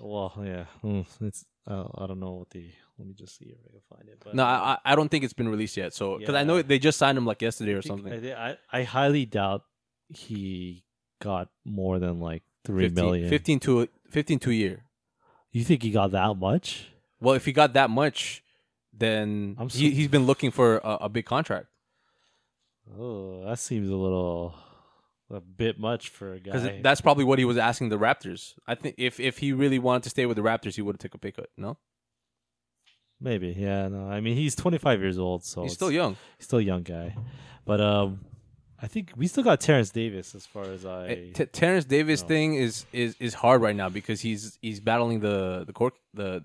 Speaker 1: Well, yeah, mm, it's uh, I don't know what the. Let me just see if I can find it. But
Speaker 3: no, I I I don't think it's been released yet. So because I know
Speaker 1: Yeah.
Speaker 3: they just signed him like yesterday
Speaker 1: I
Speaker 3: or
Speaker 1: think- I,
Speaker 3: something.
Speaker 1: thi- I I highly doubt he got more than like three
Speaker 3: 15,
Speaker 1: million.
Speaker 3: 15 to 15 to a year.
Speaker 1: You think he got that much?
Speaker 3: Well, if he got that much, then
Speaker 1: I'm so-
Speaker 3: he, he's been looking for a, a big contract.
Speaker 1: Oh, that seems a little a bit much for a
Speaker 3: Because
Speaker 1: guy.
Speaker 3: that's probably what he was asking the Raptors. I think if, if he really wanted to stay with the Raptors, he would have took a pay cut. No,
Speaker 1: Maybe, yeah. No, I mean he's 25 years old, so
Speaker 3: he's
Speaker 1: it's-
Speaker 3: still young.
Speaker 1: He's still a young guy, but um, I think we still got Terrence Davis as far as I.
Speaker 3: Eh, T- Terrence Davis
Speaker 1: No.
Speaker 3: thing is, is is hard right now because he's he's battling the the court the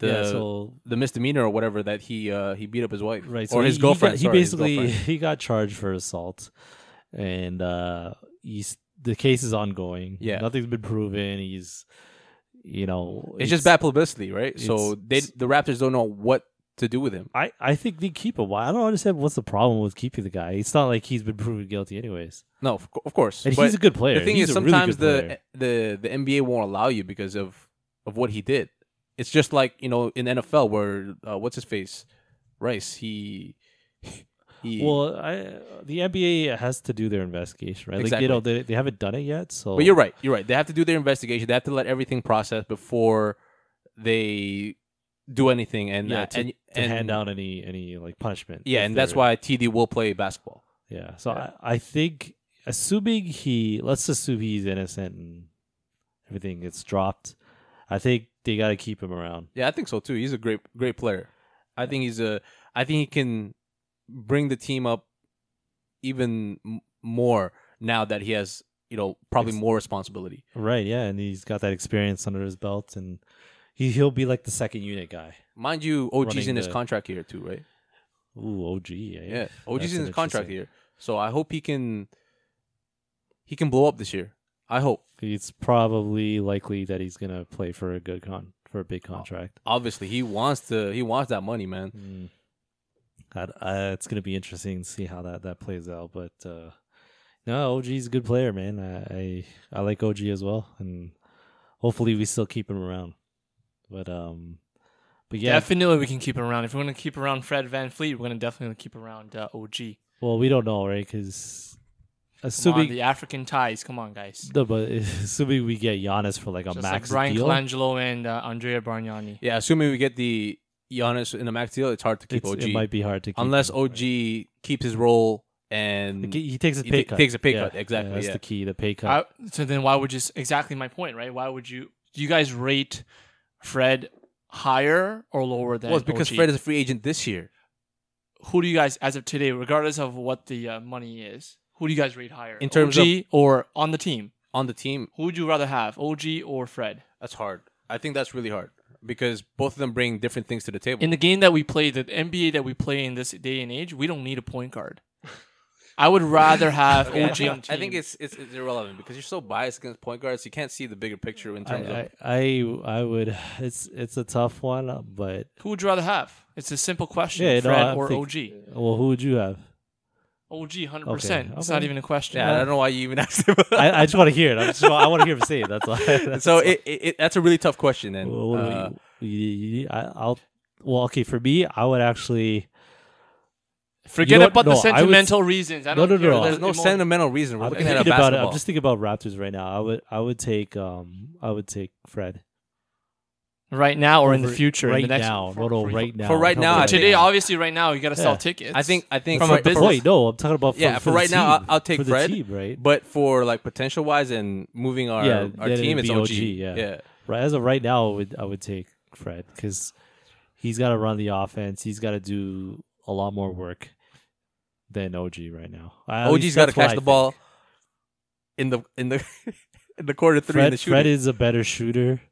Speaker 3: the
Speaker 1: yeah, so
Speaker 3: the misdemeanor or whatever that he uh, he beat up his wife
Speaker 1: right so
Speaker 3: or
Speaker 1: he-
Speaker 3: his
Speaker 1: he got-
Speaker 3: girlfriend.
Speaker 1: he,
Speaker 3: sorry, his
Speaker 1: basically
Speaker 3: girlfriend.
Speaker 1: he got charged for assault and uh he's the case is ongoing
Speaker 3: Yeah.
Speaker 1: nothing's been proven he's you know,
Speaker 3: It's, just bad publicity, right? So
Speaker 1: it's-
Speaker 3: they the Raptors don't know what to do with him.
Speaker 1: I, I think they keep him. Why- I don't understand what's the problem with keeping the guy. It's not like he's been proven guilty, anyways.
Speaker 3: No, of, cour- of course.
Speaker 1: And
Speaker 3: But
Speaker 1: he's a good player.
Speaker 3: the thing
Speaker 1: He's
Speaker 3: is,
Speaker 1: a really
Speaker 3: sometimes
Speaker 1: good player.
Speaker 3: the, the the NBA won't allow you because of of what he did. It's just like you know in NFL where uh, what's his face, Rice. He he.
Speaker 1: well, I, uh, the NBA has to do their investigation, right? Like
Speaker 3: Exactly.
Speaker 1: you know, they, they haven't done it yet, so.
Speaker 3: but you're right. You're right. They have to do their investigation. They have to let everything process before they do anything. And
Speaker 1: Yeah,
Speaker 3: uh,
Speaker 1: to,
Speaker 3: and,
Speaker 1: to
Speaker 3: and
Speaker 1: hand out any any like punishment.
Speaker 3: Yeah,
Speaker 1: if
Speaker 3: and that's
Speaker 1: there-
Speaker 3: why TD will play basketball.
Speaker 1: Yeah. So
Speaker 3: Yeah.
Speaker 1: I, I think assuming he let's assume he's innocent and everything gets dropped, I think they gotta keep him around.
Speaker 3: Yeah, I think so too. He's a great great player. I think he's a. I think he can bring the team up even m- more now that he has you know probably
Speaker 1: Ex-
Speaker 3: more responsibility.
Speaker 1: Right, yeah, and he's got that experience under his belt and he he'll be like the second unit guy.
Speaker 3: Mind you, OG's
Speaker 1: Running
Speaker 3: in his
Speaker 1: the-
Speaker 3: contract here too, right?
Speaker 1: Ooh, eh? OG, yeah.
Speaker 3: Yeah, OG's
Speaker 1: That's
Speaker 3: in
Speaker 1: an
Speaker 3: his contract
Speaker 1: interesting-
Speaker 3: here, so I hope he can. He can blow up this year. I hope.
Speaker 1: It's probably likely that he's gonna play for a good con for a big contract.
Speaker 3: Obviously, he wants to. He wants that money, man.
Speaker 1: Mm. God, uh, it's gonna be interesting to see how that that plays out. But uh, no, OG's a good player, man. I, I I like OG as well, and hopefully we still keep him around. But um, but yeah,
Speaker 2: Definitely, we can keep around. If we're gonna keep around Fred Van Fleet, we're gonna definitely keep around uh, OG. Come
Speaker 1: well, we don't know, right? Because
Speaker 2: on,
Speaker 1: assuming
Speaker 2: the African ties. Come on, guys.
Speaker 1: no, but assuming we get Giannis for like a
Speaker 2: Just like
Speaker 1: max
Speaker 2: Brian
Speaker 1: deal,
Speaker 2: Colangelo and uh, Andrea Bargnani.
Speaker 3: Yeah, assuming we get the Giannis in the max deal, it's hard to keep
Speaker 1: it's-
Speaker 3: OG
Speaker 1: it might be hard to keep
Speaker 3: unless
Speaker 1: him,
Speaker 3: OG
Speaker 1: right?
Speaker 3: keeps his role and
Speaker 1: He he takes a
Speaker 3: He
Speaker 1: pay
Speaker 3: ta-
Speaker 1: cut.
Speaker 3: takes a pay
Speaker 1: Yeah,
Speaker 3: cut, exactly,
Speaker 1: that's
Speaker 3: yeah.
Speaker 1: the key. The pay cut.
Speaker 2: I, so then, why would you? s- Exactly my point, right? Why would you? Do you guys rate Fred higher or lower than?
Speaker 3: Well, it's because
Speaker 2: OG?
Speaker 3: Fred is a free agent this year.
Speaker 2: Who do you guys, as of today, regardless of what the uh, money is, who do you guys rate higher?
Speaker 3: In terms
Speaker 2: OG or on the team?
Speaker 3: On the team,
Speaker 2: Who would you rather have, OG or Fred?
Speaker 3: that's hard. I think that's really hard because both of them bring different things to the table.
Speaker 2: In the game that we play, the NBA that we play in this day and age, we don't need a point guard. I would rather have
Speaker 3: Okay, I
Speaker 2: OG
Speaker 3: think-
Speaker 2: on the team.
Speaker 3: I think it's, it's it's irrelevant because you're so biased against point guards. You can't see the bigger picture in
Speaker 1: I,
Speaker 3: terms of.
Speaker 1: I, I I would. It's it's a tough one, but
Speaker 2: who would you rather have? It's a simple question.
Speaker 1: Yeah, no,
Speaker 2: Fred
Speaker 1: I
Speaker 2: or
Speaker 1: think-
Speaker 2: OG?
Speaker 1: well, who would you have?
Speaker 2: OG, hundred
Speaker 1: Okay,
Speaker 2: percent. It's not
Speaker 1: okay.
Speaker 2: even a question.
Speaker 3: yeah, I don't know why you even asked. Him.
Speaker 1: I, I just want to hear it. I just wa- I want to hear him say it. That's why. That's
Speaker 3: so
Speaker 1: why.
Speaker 3: it, it, it- that's a really tough question. And
Speaker 1: Well, what do
Speaker 3: uh,
Speaker 1: we- you- you- I, will Well, okay. For me, I would actually.
Speaker 2: Forget
Speaker 1: You know
Speaker 2: about
Speaker 1: what? No,
Speaker 2: the
Speaker 1: I would-
Speaker 2: sentimental reasons. I
Speaker 1: No,
Speaker 2: don't
Speaker 1: no, no,
Speaker 2: care
Speaker 1: no.
Speaker 2: the
Speaker 3: there's no
Speaker 2: emo-
Speaker 3: sentimental reason. We're
Speaker 1: I'm
Speaker 3: looking at a
Speaker 1: thinking about it.
Speaker 3: basketball.
Speaker 1: I'm just thinking about Raptors right now. I would. I would take. Um. I would take Fred.
Speaker 2: right now or in the
Speaker 1: Over-
Speaker 2: future.
Speaker 1: Right
Speaker 2: in the next,
Speaker 1: now. no,
Speaker 2: for-
Speaker 1: no.
Speaker 2: for-
Speaker 1: right now.
Speaker 3: for
Speaker 1: I'm
Speaker 3: right
Speaker 1: talking
Speaker 3: now,
Speaker 1: about
Speaker 3: I think-
Speaker 2: Today, obviously, right now, you got to sell
Speaker 1: Yeah.
Speaker 2: tickets.
Speaker 3: I think I think
Speaker 2: From
Speaker 3: Fred-
Speaker 2: a business-
Speaker 1: Wait, no. I'm talking about. For,
Speaker 3: Yeah, for
Speaker 1: the
Speaker 3: right now,
Speaker 1: team.
Speaker 3: I'll- I'll take
Speaker 1: for the
Speaker 3: Fred.
Speaker 1: team, right?
Speaker 3: but for like potential wise and moving our
Speaker 1: Yeah,
Speaker 3: our
Speaker 1: then it'd
Speaker 3: team, it's
Speaker 1: be
Speaker 3: OG.
Speaker 1: OG, yeah.
Speaker 3: yeah.
Speaker 1: Right as of right now, I would I would take Fred because he's got to run the offense. He's got to do a lot more work than OG right now. At
Speaker 3: OG's
Speaker 1: least
Speaker 3: got to
Speaker 1: that's what I
Speaker 3: catch the
Speaker 1: think.
Speaker 3: ball in the in the in the quarter three in
Speaker 1: Fred,
Speaker 3: the shooting.
Speaker 1: Fred is a better shooter.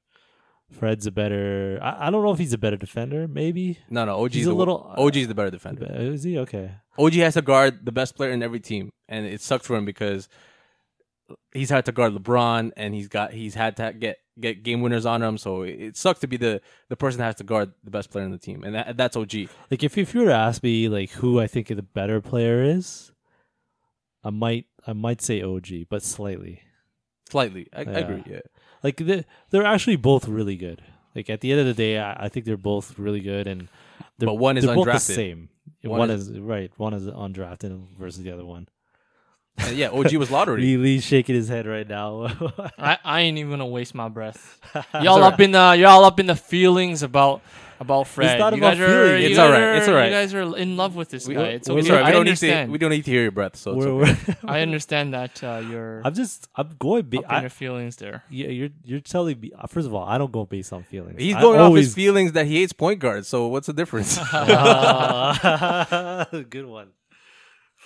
Speaker 1: Fred's a better. I, I don't know if he's a better defender. Maybe
Speaker 3: no, no, OG's
Speaker 1: he's
Speaker 3: the,
Speaker 1: a
Speaker 3: wo-
Speaker 1: little-
Speaker 3: OG's the better defender.
Speaker 1: is he okay?
Speaker 3: OG has to guard the best player in every team, and it sucks for him because he's had to guard LeBron, and he's got he's had to get get game winners on him. So it, it sucks to be the the person that has to guard the best player in the team, and that, that's OG.
Speaker 1: Like if if you were to ask me like who I think the better player is, I might I might say OG, but slightly.
Speaker 3: Slightly, I,
Speaker 1: Yeah.
Speaker 3: I agree. Yeah,
Speaker 1: Like they they're actually both really good. Like at the end of the day, I, I think they're both really good, and they're,
Speaker 3: But one is
Speaker 1: they're both the
Speaker 3: undrafted.
Speaker 1: same.
Speaker 3: One
Speaker 1: One,
Speaker 3: is-
Speaker 1: is, right. One is undrafted versus the other one.
Speaker 3: And yeah. OG was lottery.
Speaker 1: Lee Lee's shaking his head right now.
Speaker 2: I, I ain't even gonna waste my breath. Y'all up in the y'all up in the feelings about about Fred.
Speaker 1: not
Speaker 2: you
Speaker 1: about
Speaker 2: guys are,
Speaker 1: feelings.
Speaker 2: you
Speaker 3: It's
Speaker 2: guys
Speaker 3: alright,
Speaker 2: are-
Speaker 3: it's alright.
Speaker 2: You guys are in love with this
Speaker 3: We- uh,
Speaker 2: guy. It's
Speaker 1: we-
Speaker 2: okay.
Speaker 1: sorry,
Speaker 2: I
Speaker 3: we don't need to
Speaker 2: understand.
Speaker 3: we don't need to hear your breath. So it's
Speaker 1: We're-
Speaker 3: okay.
Speaker 1: we're-
Speaker 2: I understand that uh, you're
Speaker 1: I'm just I'm going. Be,
Speaker 2: up in
Speaker 1: I,
Speaker 2: your feelings there.
Speaker 1: yeah, you're you're telling me. uh, First of all, I don't go based on feelings.
Speaker 3: He's
Speaker 1: I
Speaker 3: going off his
Speaker 1: always,
Speaker 3: feelings that he hates point guards. So what's the difference?
Speaker 1: Uh, good one.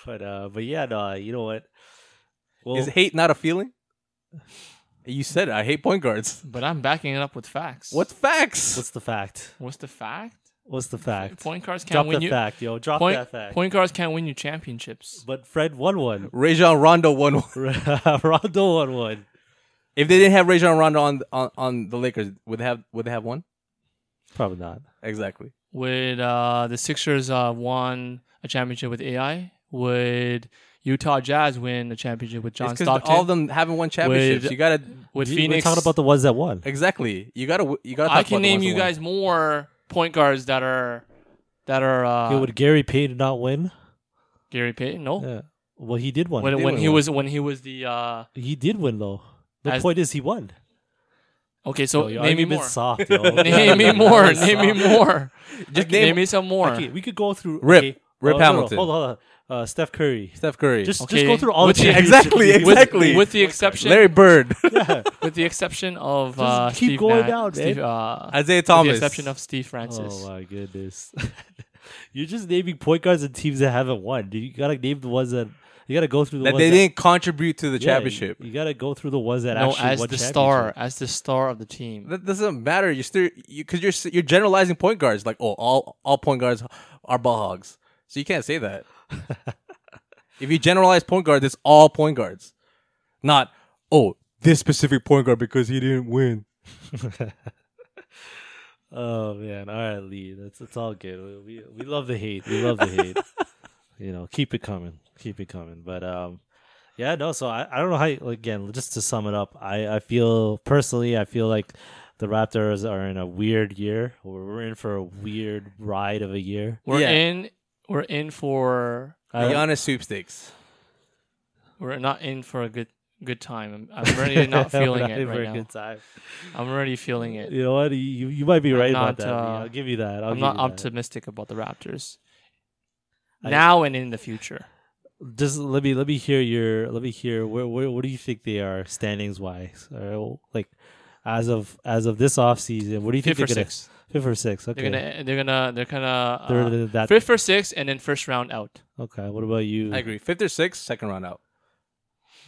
Speaker 1: But uh, but yeah, no, you know what? Well,
Speaker 3: Is hate not a feeling? You said it. I hate point guards.
Speaker 2: But I'm backing it up with facts.
Speaker 3: What's facts?
Speaker 1: what's the fact?
Speaker 2: what's the fact?
Speaker 1: What's the fact?
Speaker 2: Point guards can't
Speaker 1: drop
Speaker 2: win
Speaker 1: that
Speaker 2: you
Speaker 1: fact, yo. Drop
Speaker 2: point,
Speaker 1: that fact.
Speaker 2: point guards can't win you championships.
Speaker 1: But Fred won one.
Speaker 3: Rajon Rondo won. one.
Speaker 1: Rondo won one.
Speaker 3: If they didn't have Rajon Rondo on, on on the Lakers, would they have would they have one?
Speaker 1: Probably not.
Speaker 3: Exactly.
Speaker 2: Would uh, the Sixers uh, won a championship with AI? Would Utah Jazz win a championship with John
Speaker 3: It's 'cause
Speaker 2: Stockton?
Speaker 3: all of them haven't won championships.
Speaker 2: With-
Speaker 3: you gotta
Speaker 2: Would
Speaker 1: You-
Speaker 2: Phoenix?
Speaker 1: We're talking about the ones that won.
Speaker 3: exactly. You gotta you gotta.
Speaker 2: I
Speaker 3: talk
Speaker 2: can
Speaker 3: about the
Speaker 2: name
Speaker 3: ones
Speaker 2: you
Speaker 3: that won.
Speaker 2: guys more point guards that are that are uh,
Speaker 1: Yeah, would Gary Payton not win?
Speaker 2: Gary Payton. No,
Speaker 1: Yeah. Well, he did win.
Speaker 2: when,
Speaker 3: They
Speaker 2: when
Speaker 3: would
Speaker 2: he
Speaker 3: win.
Speaker 2: was when he was the uh,
Speaker 1: he did win though. The
Speaker 2: As-
Speaker 1: point is, he won.
Speaker 2: okay. So
Speaker 1: Yo, your
Speaker 2: name me
Speaker 1: argument's
Speaker 2: more.
Speaker 1: Soft, yo.
Speaker 2: name me more. Name me more.
Speaker 3: Just
Speaker 2: Name
Speaker 3: name,
Speaker 2: me some more.
Speaker 1: Okay, we could go through.
Speaker 3: Rip.
Speaker 1: okay.
Speaker 3: Rip
Speaker 1: no, no,
Speaker 3: Hamilton.
Speaker 1: hold on, hold on. Uh, Steph Curry.
Speaker 3: Steph Curry.
Speaker 1: Just,
Speaker 2: Okay.
Speaker 1: just go through all
Speaker 2: With
Speaker 1: the
Speaker 2: the-
Speaker 1: championships
Speaker 3: Exactly,
Speaker 1: he won.
Speaker 2: With,
Speaker 3: Exactly.
Speaker 2: with the exception,
Speaker 3: Larry Bird,
Speaker 1: Yeah.
Speaker 2: with the exception of
Speaker 1: Just
Speaker 2: uh,
Speaker 1: keep
Speaker 2: Steve
Speaker 1: going
Speaker 2: Nash-
Speaker 1: down,
Speaker 2: Steve,
Speaker 1: man.
Speaker 2: uh,
Speaker 3: Isaiah
Speaker 2: with the
Speaker 3: Thomas.
Speaker 2: exception of Steve Francis.
Speaker 1: Oh my goodness. You're just naming point guards and teams that haven't won. You gotta name the ones that you gotta go through the
Speaker 3: that
Speaker 1: ones
Speaker 3: they
Speaker 1: that,
Speaker 3: didn't contribute to the
Speaker 1: yeah,
Speaker 3: championship.
Speaker 1: You, you gotta go through the ones that
Speaker 2: no,
Speaker 1: actually
Speaker 2: as
Speaker 1: won
Speaker 2: the star,
Speaker 1: championships.
Speaker 2: as the star of the team.
Speaker 3: That doesn't matter. You're still because you, are you're generalizing point guards like oh all all point guards are ball hogs. So you can't say that. if you generalize point guards, it's all point guards, not oh this specific point guard because he didn't win.
Speaker 1: Oh man, all right, Lee. That's it's all good. We, we we love the hate. We love the hate. you know, keep it coming. Keep it coming. But um, yeah, no. So I, I don't know how. you- Again, just to sum it up, I I feel personally, I feel like the Raptors are in a weird year. We're we're in for a weird ride of a year.
Speaker 2: We're
Speaker 3: Yeah.
Speaker 2: in. We're in for. uh,
Speaker 1: I-
Speaker 3: The honest sweepstakes.
Speaker 2: We're not in for a good good time. I'm, I'm really not feeling
Speaker 1: Not
Speaker 2: it
Speaker 1: in for a
Speaker 2: right now.
Speaker 1: good time.
Speaker 2: I'm already feeling it.
Speaker 1: You know what? You you might be
Speaker 2: I'm
Speaker 1: right
Speaker 2: not,
Speaker 1: about that. Lee.
Speaker 2: uh,
Speaker 1: I'll give you that. I'll
Speaker 2: I'm
Speaker 1: give
Speaker 2: not
Speaker 1: you that.
Speaker 2: optimistic about the Raptors
Speaker 1: I-
Speaker 2: now and in the future.
Speaker 1: just let me let me hear your let me hear where where what do you think they are standings wise or like as of as of this off season what do you think
Speaker 2: Fifth or
Speaker 1: they're gonna
Speaker 2: sixth.
Speaker 1: fifth or six okay
Speaker 2: They're gonna. They're gonna. They're kind of.
Speaker 1: They're
Speaker 2: Uh,
Speaker 1: the- that
Speaker 2: fifth or sixth, and then first round out.
Speaker 1: okay what about you
Speaker 3: I agree. Fifth or sixth, second round out.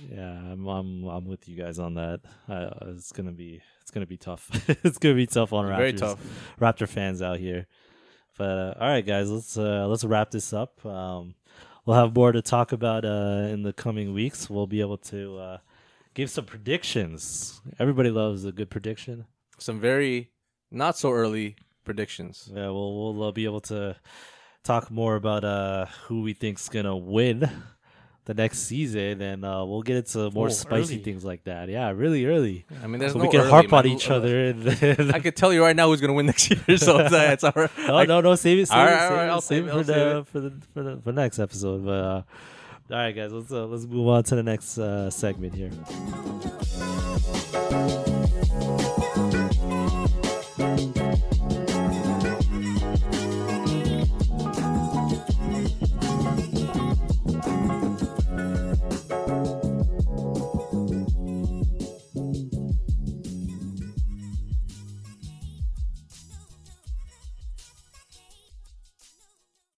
Speaker 1: yeah I'm I'm I'm with you guys on that uh, it's gonna be it's gonna be tough it's gonna be tough on Raptors
Speaker 3: Very tough.
Speaker 1: Raptor fans out here but uh, all right guys let's uh, let's wrap this up um, we'll have more to talk about uh, in the coming weeks we'll be able to uh, give some predictions everybody loves a good prediction.
Speaker 3: Some very not so early predictions.
Speaker 1: Yeah, we'll we'll uh, be able to talk more about uh, who we think's gonna win the next season, and uh, we'll get into more
Speaker 2: Oh,
Speaker 1: spicy
Speaker 2: early.
Speaker 1: things like that. Yeah, really early,
Speaker 3: I mean, there's
Speaker 1: so
Speaker 3: no
Speaker 1: we can
Speaker 3: early,
Speaker 1: harp
Speaker 3: man.
Speaker 1: on each other. And,
Speaker 3: I could tell you right now who's gonna win next year. So it's, uh, it's all right.
Speaker 1: no, Oh, no, no, save it, save
Speaker 3: All
Speaker 1: it,
Speaker 3: right,
Speaker 1: save
Speaker 3: all right,
Speaker 1: it,
Speaker 3: I'll
Speaker 1: save it
Speaker 3: save it,
Speaker 1: for
Speaker 3: I'll save
Speaker 1: the for the for the for next episode. But uh, all right, guys, let's uh, let's move on to the next uh, segment here.
Speaker 4: Thank you.